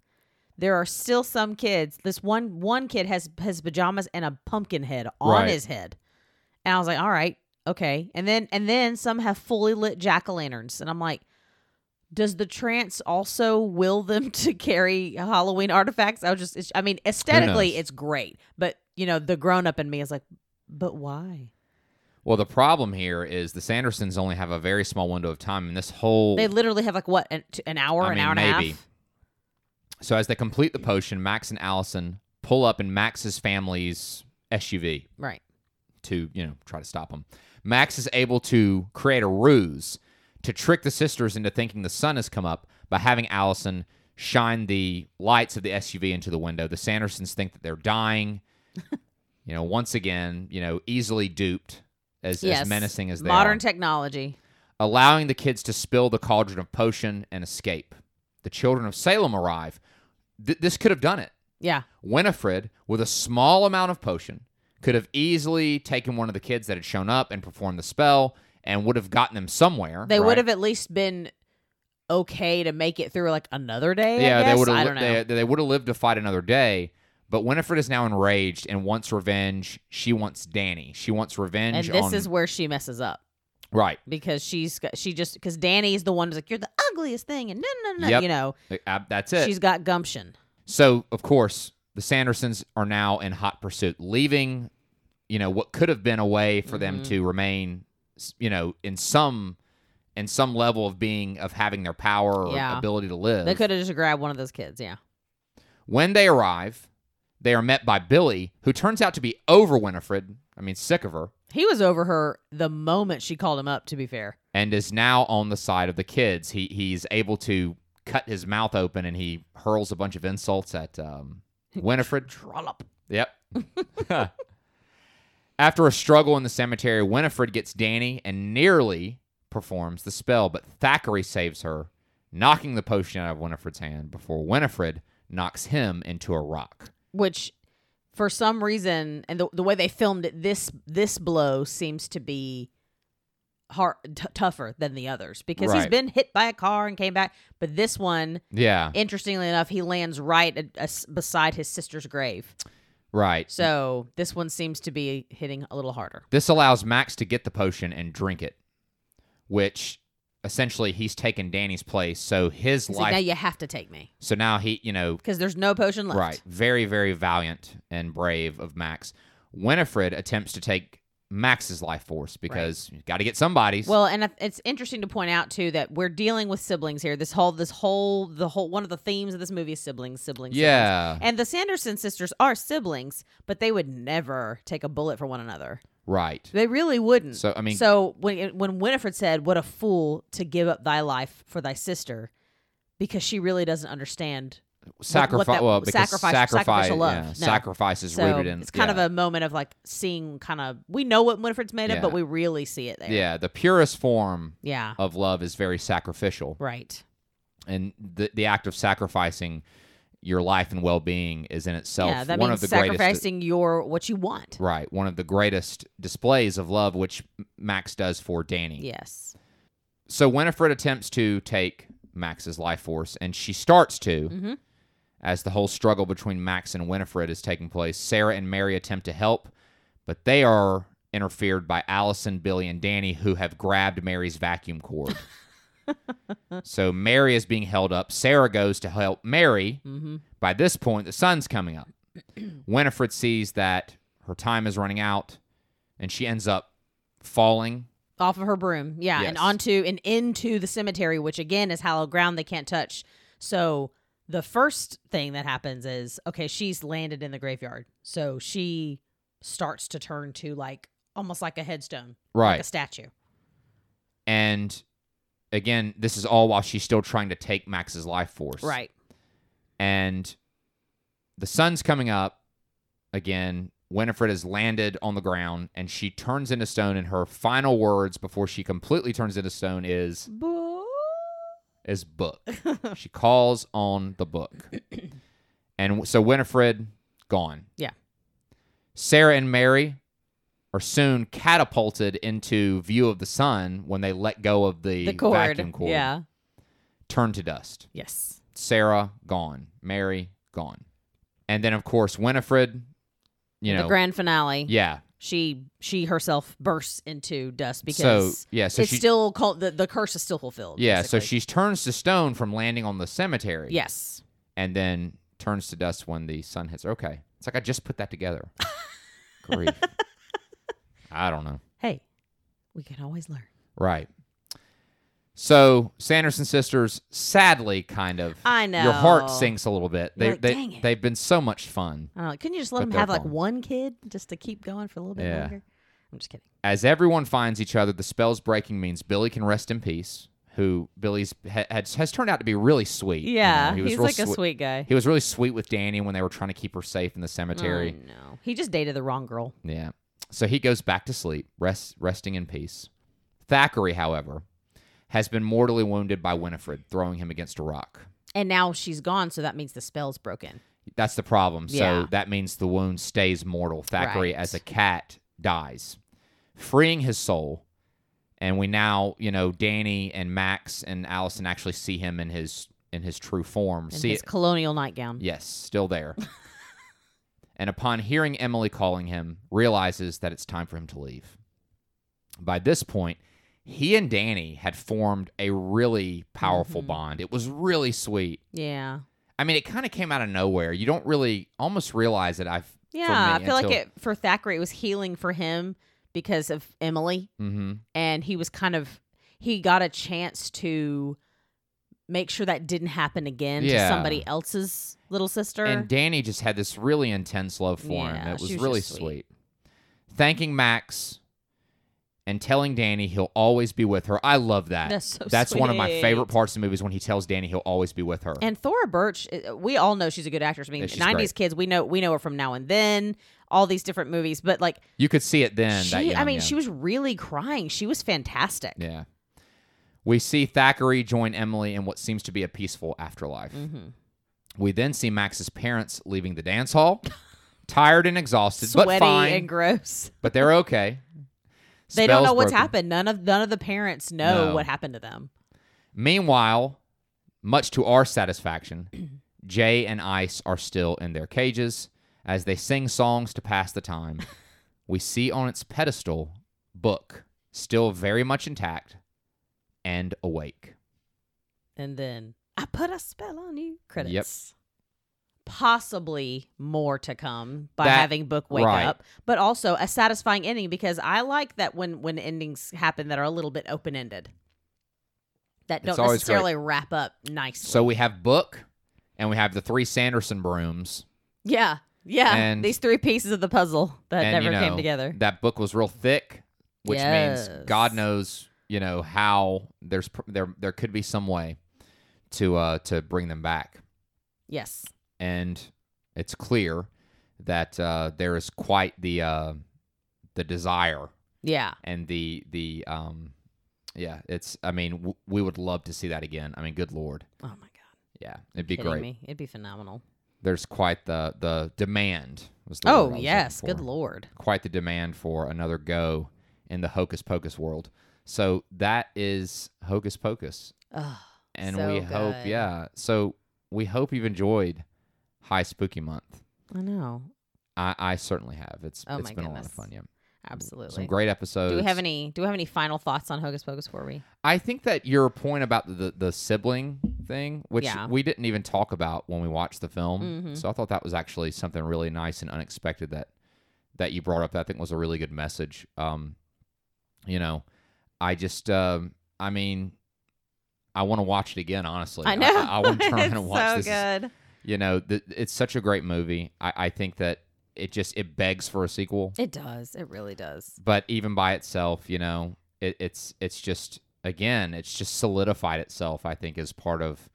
S2: there are still some kids this one one kid has his pajamas and a pumpkin head on
S1: Right.
S2: his head and i was like all right okay and then and then some have fully lit jack-o'-lanterns and i'm like does the trance also will them to carry halloween artifacts i was just it's, i mean aesthetically
S1: knows?
S2: it's great but you know the grown-up in me is like but why
S1: Well, the problem here is the Sandersons only have a very small window of time, and this whole
S2: they literally have like what an, t- an hour
S1: I
S2: an
S1: mean,
S2: hour and a
S1: maybe.
S2: half
S1: so as they complete the potion, Max and Allison pull up in Max's family's SUV
S2: right
S1: to you know try to stop them. Max is able to create a ruse to trick the sisters into thinking the sun has come up by having Allison shine the lights of the SUV into the window. The Sandersons think that they're dying. you know, once again, you know, easily duped as, as menacing as they
S2: modern
S1: are.
S2: technology
S1: allowing the kids to spill the cauldron of potion and escape. The children of Salem arrive. Th- this could have done it.
S2: yeah
S1: Winifred, with a small amount of potion, could have easily taken one of the kids that had shown up and performed the spell and would have gotten them somewhere.
S2: they
S1: right?
S2: would have at least been okay to make it through like another day I
S1: Yeah, they
S2: guess.
S1: would
S2: I
S1: have.
S2: don't
S1: li-
S2: know.
S1: They, they would have lived to fight another day. But Winifred is now enraged and wants revenge. She wants Danny. She wants revenge
S2: and this
S1: on
S2: is where she messes up
S1: Right.
S2: because she's got, she just because Danny's the one who's like you're the ugliest thing and no no no
S1: Yep.
S2: you know
S1: Uh, That's it.
S2: she's got gumption.
S1: So, of course, the Sandersons are now in hot pursuit, leaving, you know, what could have been a way for them
S2: Mhm.
S1: to remain, s- you know, in some, in some level of being of having their power or
S2: Yeah.
S1: ability to live.
S2: They could have just grabbed one of those kids. Yeah.
S1: When they arrive, they are met by Billy, who turns out to be over Winifred. I mean, sick of her,
S2: He was over her the moment she called him up, to be fair.
S1: and is now on the side of the kids. He he's able to cut his mouth open, and he hurls a bunch of insults at um, Winifred.
S2: Trollop.
S1: Yep. After a struggle in the cemetery, Winifred gets Danny and nearly performs the spell, but Thackeray saves her, knocking the potion out of Winifred's hand before Winifred knocks him into a rock.
S2: Which for some reason and the, the way they filmed it, this this blow seems to be hard t- tougher than the others because he's
S1: Right.
S2: been hit by a car and came back but this one
S1: Yeah,
S2: interestingly enough he lands right at, as- beside his sister's grave
S1: right.
S2: so this one seems to be hitting a little harder
S1: This allows Max to get the potion and drink it, which essentially he's taken Danny's place. So his
S2: He's like,
S1: life.
S2: now you have to take me
S1: so now he, you know,
S2: because there's no potion left.
S1: Right. Very, very valiant and brave of Max. Winifred attempts to take Max's life force because you got to get somebody's.
S2: Well, and I- it's interesting to point out too that we're dealing with siblings here. This whole, this whole, the whole one of the themes of this movie is siblings, siblings. siblings.
S1: yeah.
S2: And the Sanderson sisters are siblings, but they would never take a bullet for one another.
S1: Right.
S2: They really wouldn't.
S1: So, I mean-
S2: Mm. so when when Winifred said, "What a fool to give up thy life for thy sister," because she really doesn't understand.
S1: Sacrifice.
S2: that-
S1: well, because
S2: sacrifice-
S1: sacrifice.
S2: sacrificial love.
S1: yeah,
S2: No.
S1: Sacrifice is
S2: So
S1: rooted in.
S2: it's kind of a moment of like seeing, kind of we know what Winifred's made
S1: Yeah.
S2: of, but we really see it there.
S1: Yeah. The purest form
S2: Yeah.
S1: of love is very sacrificial,
S2: Right.
S1: and the the act of sacrificing your life and well being is in itself
S2: Yeah, that
S1: one
S2: means
S1: of the
S2: sacrificing
S1: greatest.
S2: your what you want.
S1: Right, one of the greatest displays of love, which Max does for Danny.
S2: Yes.
S1: so Winifred attempts to take Max's life force, and she starts to.
S2: Mhm.
S1: As the whole struggle between Max and Winifred is taking place, Sarah and Mary attempt to help, but they are interfered by Allison, Billy, and Danny, who have grabbed Mary's vacuum cord. so Mary is being held up. Sarah goes to help Mary.
S2: Mhm.
S1: By this point, the sun's coming up. Winifred sees that her time is running out, and she ends up falling
S2: Off of her broom, yeah, and
S1: Yes.
S2: onto and into the cemetery, which again is hallowed ground they can't touch. So the first thing that happens is okay, she's landed in the graveyard, so she starts to turn to like almost like a headstone,
S1: right
S2: like a statue.
S1: And again, this is all while she's still trying to take Max's life force.
S2: Right.
S1: And the sun's coming up again. Winifred has landed on the ground and she turns into stone and her final words before she completely turns into stone is
S2: Boo.
S1: is book. she calls on the book. And w- so Winifred gone.
S2: Yeah.
S1: Sarah and Mary are soon catapulted into view of the sun when they let go of the,
S2: the cord.
S1: vacuum cord.
S2: Yeah.
S1: Turn to dust.
S2: Yes.
S1: Sarah gone. Mary gone. And then of course Winifred, you
S2: the
S1: know,
S2: grand finale.
S1: yeah.
S2: She she herself bursts into dust
S1: So
S2: because
S1: yeah, so
S2: it's
S1: she
S2: still called the, the curse is still fulfilled.
S1: yeah, so
S2: basically.
S1: she turns to stone from landing on the cemetery.
S2: yes,
S1: and then turns to dust when the sun hits her. Okay, it's like I just put that together. Grief. I don't know.
S2: hey, we can always learn.
S1: Right. So Sanderson sisters, sadly, kind of.
S2: I know.
S1: Your heart sinks a little bit. They,
S2: You're like,
S1: they,
S2: "Dang it."
S1: They've been so much fun.
S2: I don't know. Couldn't you just let
S1: But
S2: them
S1: they're
S2: have like
S1: fine.
S2: one kid just to keep going for a little bit
S1: Yeah.
S2: longer? I'm just kidding.
S1: As everyone finds each other, the spell's breaking means Billy can rest in peace. Who Billy's ha- has, has turned out to be really sweet. you
S2: Yeah,
S1: know,
S2: he's
S1: real
S2: like a
S1: swe-
S2: sweet guy.
S1: He was really sweet with Danny when they were trying to keep her safe in the cemetery.
S2: Oh, no, he just dated the wrong girl.
S1: Yeah. So he goes back to sleep, rest, resting in peace. Thackeray, however, has been mortally wounded by Winifred, throwing him against a rock.
S2: And now she's gone, so that means the spell's broken.
S1: That's the problem. So
S2: Yeah.
S1: that means the wound stays mortal. Thackeray,
S2: Right.
S1: as a cat, dies, freeing his soul. And we now, you know, Danny and Max and Allison actually see him in his in his true form.
S2: In
S1: see
S2: his
S1: it.
S2: colonial nightgown.
S1: Yes, still there. and upon hearing Emily calling him, realizes that it's time for him to leave. By this point, he and Danny had formed a really powerful
S2: Mhm.
S1: bond. It was really sweet.
S2: Yeah.
S1: I mean, it kind of came out of nowhere. You don't really almost realize that I've.
S2: Yeah. I
S1: me
S2: feel like
S1: until-
S2: it for Thackeray it was healing for him because of Emily.
S1: Mm-hmm.
S2: and he was kind of he got a chance to make sure that didn't happen again
S1: Yeah.
S2: to somebody else's little sister.
S1: And Danny just had this really intense love for him.
S2: Yeah,
S1: It
S2: she
S1: was,
S2: was
S1: really
S2: just
S1: sweet.
S2: sweet.
S1: Thanking Max and telling Danny he'll always be with her. I love that.
S2: That's so
S1: one of my favorite
S2: sweet.
S1: parts of the movies when he tells Danny he'll always be with her.
S2: And Thora Birch, uh, we all know she's a good actress. I mean,
S1: Yeah, she's
S2: 90s kids, we know we know her from Now and Then, all these different movies, but like
S1: you could see it then. that
S2: she, I
S1: young,
S2: mean,
S1: yeah.
S2: she was really crying. She was fantastic.
S1: Yeah. We see Thackeray join Emily in what seems to be a peaceful afterlife.
S2: Mm-hmm.
S1: We then see Max's parents leaving the dance hall, tired and exhausted,
S2: Sweaty
S1: but fine.
S2: and gross.
S1: but they're okay.
S2: They don't
S1: Spell's
S2: know what's
S1: broken.
S2: happened. None of none of the parents know
S1: No.
S2: what happened to them.
S1: Meanwhile, much to our satisfaction, Jay and Ice are still in their cages as they sing songs to pass the time. we see on its pedestal book still very much intact and awake.
S2: And then I put a spell on you. Credits. Possibly more to come by
S1: That-
S2: having book wake
S1: right.
S2: up, but also a satisfying ending because I like that when when endings happen that are a little bit open ended, that
S1: It's
S2: don't
S1: always
S2: necessarily wrap up nicely.
S1: So we have book and we have the three Sanderson brooms.
S2: yeah, yeah,
S1: And-
S2: these three pieces of the puzzle that
S1: and
S2: never
S1: you know,
S2: came together.
S1: That book was real thick, which means
S2: Yes.
S1: God knows, you know, how there's pr- there there could be some way to uh to bring them back.
S2: Yes,
S1: and it's clear that uh, there is quite the uh, the desire
S2: yeah,
S1: and the the um yeah it's I mean w- we would love to see that again I mean good lord
S2: oh my god,
S1: yeah it'd be
S2: kidding
S1: great
S2: me, it'd be phenomenal.
S1: there's quite the the demand was the word I
S2: Oh
S1: was
S2: yes,
S1: looking
S2: good
S1: for.
S2: lord,
S1: quite the demand for another go in the hocus pocus world so that is hocus pocus
S2: Ugh,
S1: and
S2: So
S1: we hope
S2: good.
S1: yeah so we hope you've enjoyed high spooky month
S2: I know,
S1: I, I certainly have. It's
S2: Oh
S1: it's
S2: my
S1: been a lot of
S2: goodness.
S1: fun. Yeah,
S2: absolutely.
S1: some great episodes.
S2: Do we have any? Do we have any final thoughts on Hocus Pocus? Were we?
S1: I think that your point about the the sibling thing, which
S2: Yeah.
S1: we didn't even talk about when we watched the film,
S2: Mhm.
S1: so I thought that was actually something really nice and unexpected that that you brought up. That I think was a really good message. Um, you know, I just, um, I mean, I want to watch it again. Honestly,
S2: I know.
S1: I, want to turn around and
S2: It's
S1: watch
S2: so
S1: this.
S2: good.
S1: You know, th- it's such a great movie. I, I think that it just it begs for a sequel.
S2: It does. It really does.
S1: but even by itself, you know, it, it's it's just again, it's just solidified itself. I think as part of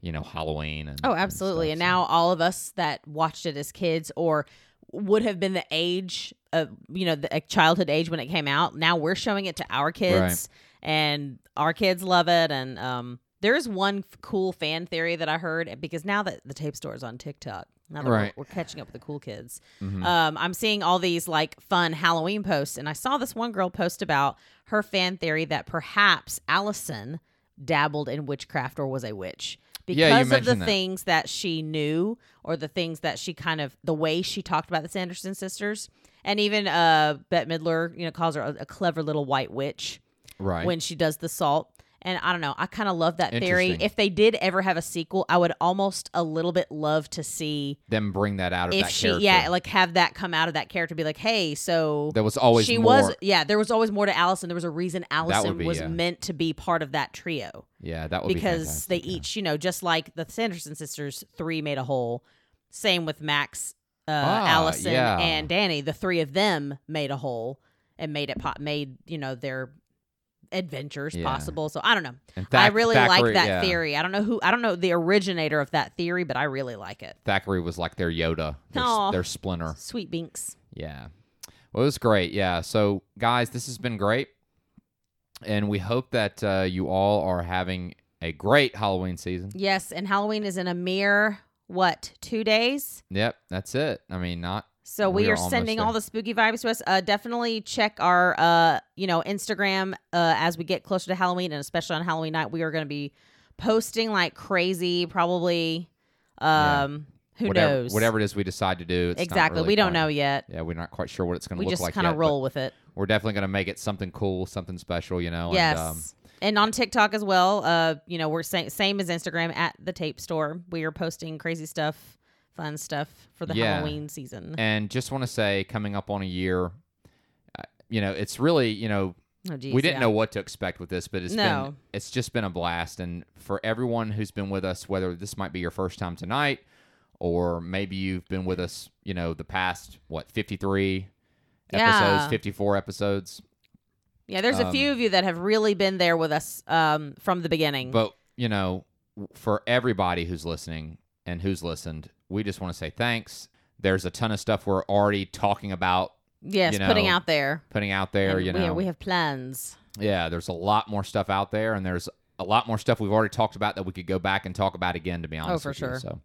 S1: you know Halloween and
S2: Oh, absolutely. And
S1: stuff,
S2: now all of us that watched it as kids or would have been the age of you know the uh, childhood age when it came out. Now we're showing it to our kids, and our kids love it. And um, there is one f- cool fan theory that I heard because now that the tape store is on TikTok, now that we're-
S1: Right.
S2: we're catching up with the cool kids.
S1: so. Mhm.
S2: Um, I'm seeing all these like fun Halloween posts, and I saw this one girl post about her fan theory that perhaps Allison dabbled in witchcraft or was a witch because
S1: Yeah, you
S2: of the
S1: mentioned that.
S2: things that she knew or the things that she kind of the way she talked about the Sanderson sisters, and even uh, Bette Midler, you know, calls her a, a clever little white witch
S1: right.
S2: when she does the salt. And I don't know. I kind of love that theory.
S1: Interesting.
S2: If they did ever have a sequel, I would almost a little bit love to see
S1: Them bring that out of
S2: if
S1: that
S2: she
S1: character.
S2: yeah like have that come out of that character be like hey so
S1: there was always
S2: she
S1: more.
S2: was yeah there was always more to allison there was a reason allison
S1: be,
S2: was
S1: yeah.
S2: meant to be part of that trio
S1: yeah, that would be
S2: because
S1: fantastic,
S2: they
S1: yeah.
S2: each you know just like the sanderson sisters three made a whole same with max uh,
S1: Ah,
S2: allison
S1: yeah.
S2: and danny the three of them made a whole and made it po- made you know their adventures
S1: Yeah.
S2: possible so i don't know
S1: And
S2: i
S1: Thack-
S2: really
S1: Thackeray-
S2: like that
S1: yeah.
S2: theory i don't know who i don't know the originator of that theory but i really like it
S1: Thackeray was like their Yoda, their,
S2: Aw.
S1: their Splinter.
S2: sweet binks
S1: Yeah. Well, it was great. Yeah. So, guys, this has been great. And we hope that uh, you all are having a great Halloween season.
S2: Yes, and Halloween is in a mere what two days.
S1: Yep. That's it. I mean, not
S2: So we,
S1: We are
S2: are,
S1: almost
S2: sending
S1: there.
S2: all the spooky vibes to us. Uh, definitely check our uh, you know Instagram uh, as we get closer to Halloween, and especially on Halloween night, we are going to be posting like crazy. Probably,
S1: Yeah.
S2: um, who
S1: whatever,
S2: knows?
S1: Whatever it is we decide to do, it's not
S2: Exactly,
S1: really
S2: we don't
S1: fine.
S2: know yet.
S1: Yeah, we're not quite sure what it's going to
S2: We
S1: look
S2: just
S1: like.
S2: kind of
S1: yet, but
S2: roll with it.
S1: We're definitely going to make it something cool, something special, you know.
S2: yes.
S1: And, um,
S2: and on TikTok as well, uh, you know, we're same same as Instagram at the tape store. We are posting crazy stuff, fun stuff for the
S1: Yeah.
S2: Halloween season.
S1: and just want to say, coming up on a year, uh, you know, it's really, you know,
S2: oh, geez,
S1: we didn't
S2: yeah.
S1: know what to expect with this, but it's
S2: No.
S1: been it's just been a blast. And for everyone who's been with us, whether this might be your first time tonight, or maybe you've been with us, you know, the past what fifty three episodes,
S2: Yeah.
S1: fifty four episodes,
S2: Yeah, there's
S1: um,
S2: a few of you that have really been there with us um, from the beginning.
S1: but you know, w- for everybody who's listening and who's listened, we just want to say thanks. There's a ton of stuff we're already talking about,
S2: yes,
S1: you
S2: putting
S1: know,
S2: out there.
S1: putting out there.
S2: And
S1: you
S2: we,
S1: know,
S2: we have plans.
S1: yeah, there's a lot more stuff out there, and there's a lot more stuff we've already talked about that we could go back and talk about again. To be honest,
S2: Oh, for
S1: with
S2: sure.
S1: You. So,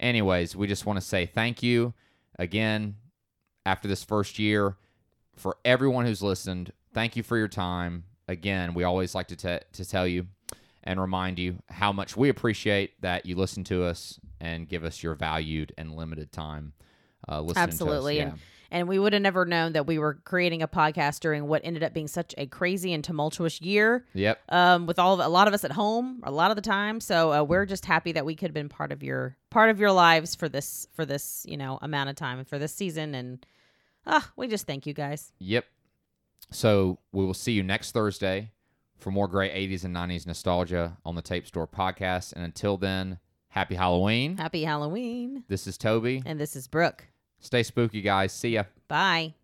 S1: anyways, we just want to say thank you again after this first year for everyone who's listened. Thank you for your time. Again, we always like to te- to tell you and remind you how much we appreciate that you listen to us and give us your valued and limited time. Uh, listening
S2: Absolutely.
S1: to us.
S2: And and we would have never known that we were creating a podcast during what ended up being such a crazy and tumultuous year.
S1: Yeah. Yep.
S2: um, with all of, a lot of us at home a lot of the time. So uh, we're just happy that we could have been part of your part of your lives for this for this you know amount of time and for this season. And ah, we just thank you guys.
S1: Yep. So we will see you next Thursday for more great 80s and 90s nostalgia on the Tape Store podcast. And until then, happy Halloween.
S2: Happy Halloween.
S1: This is Toby.
S2: And this is Brooke.
S1: Stay spooky, guys. See ya.
S2: Bye.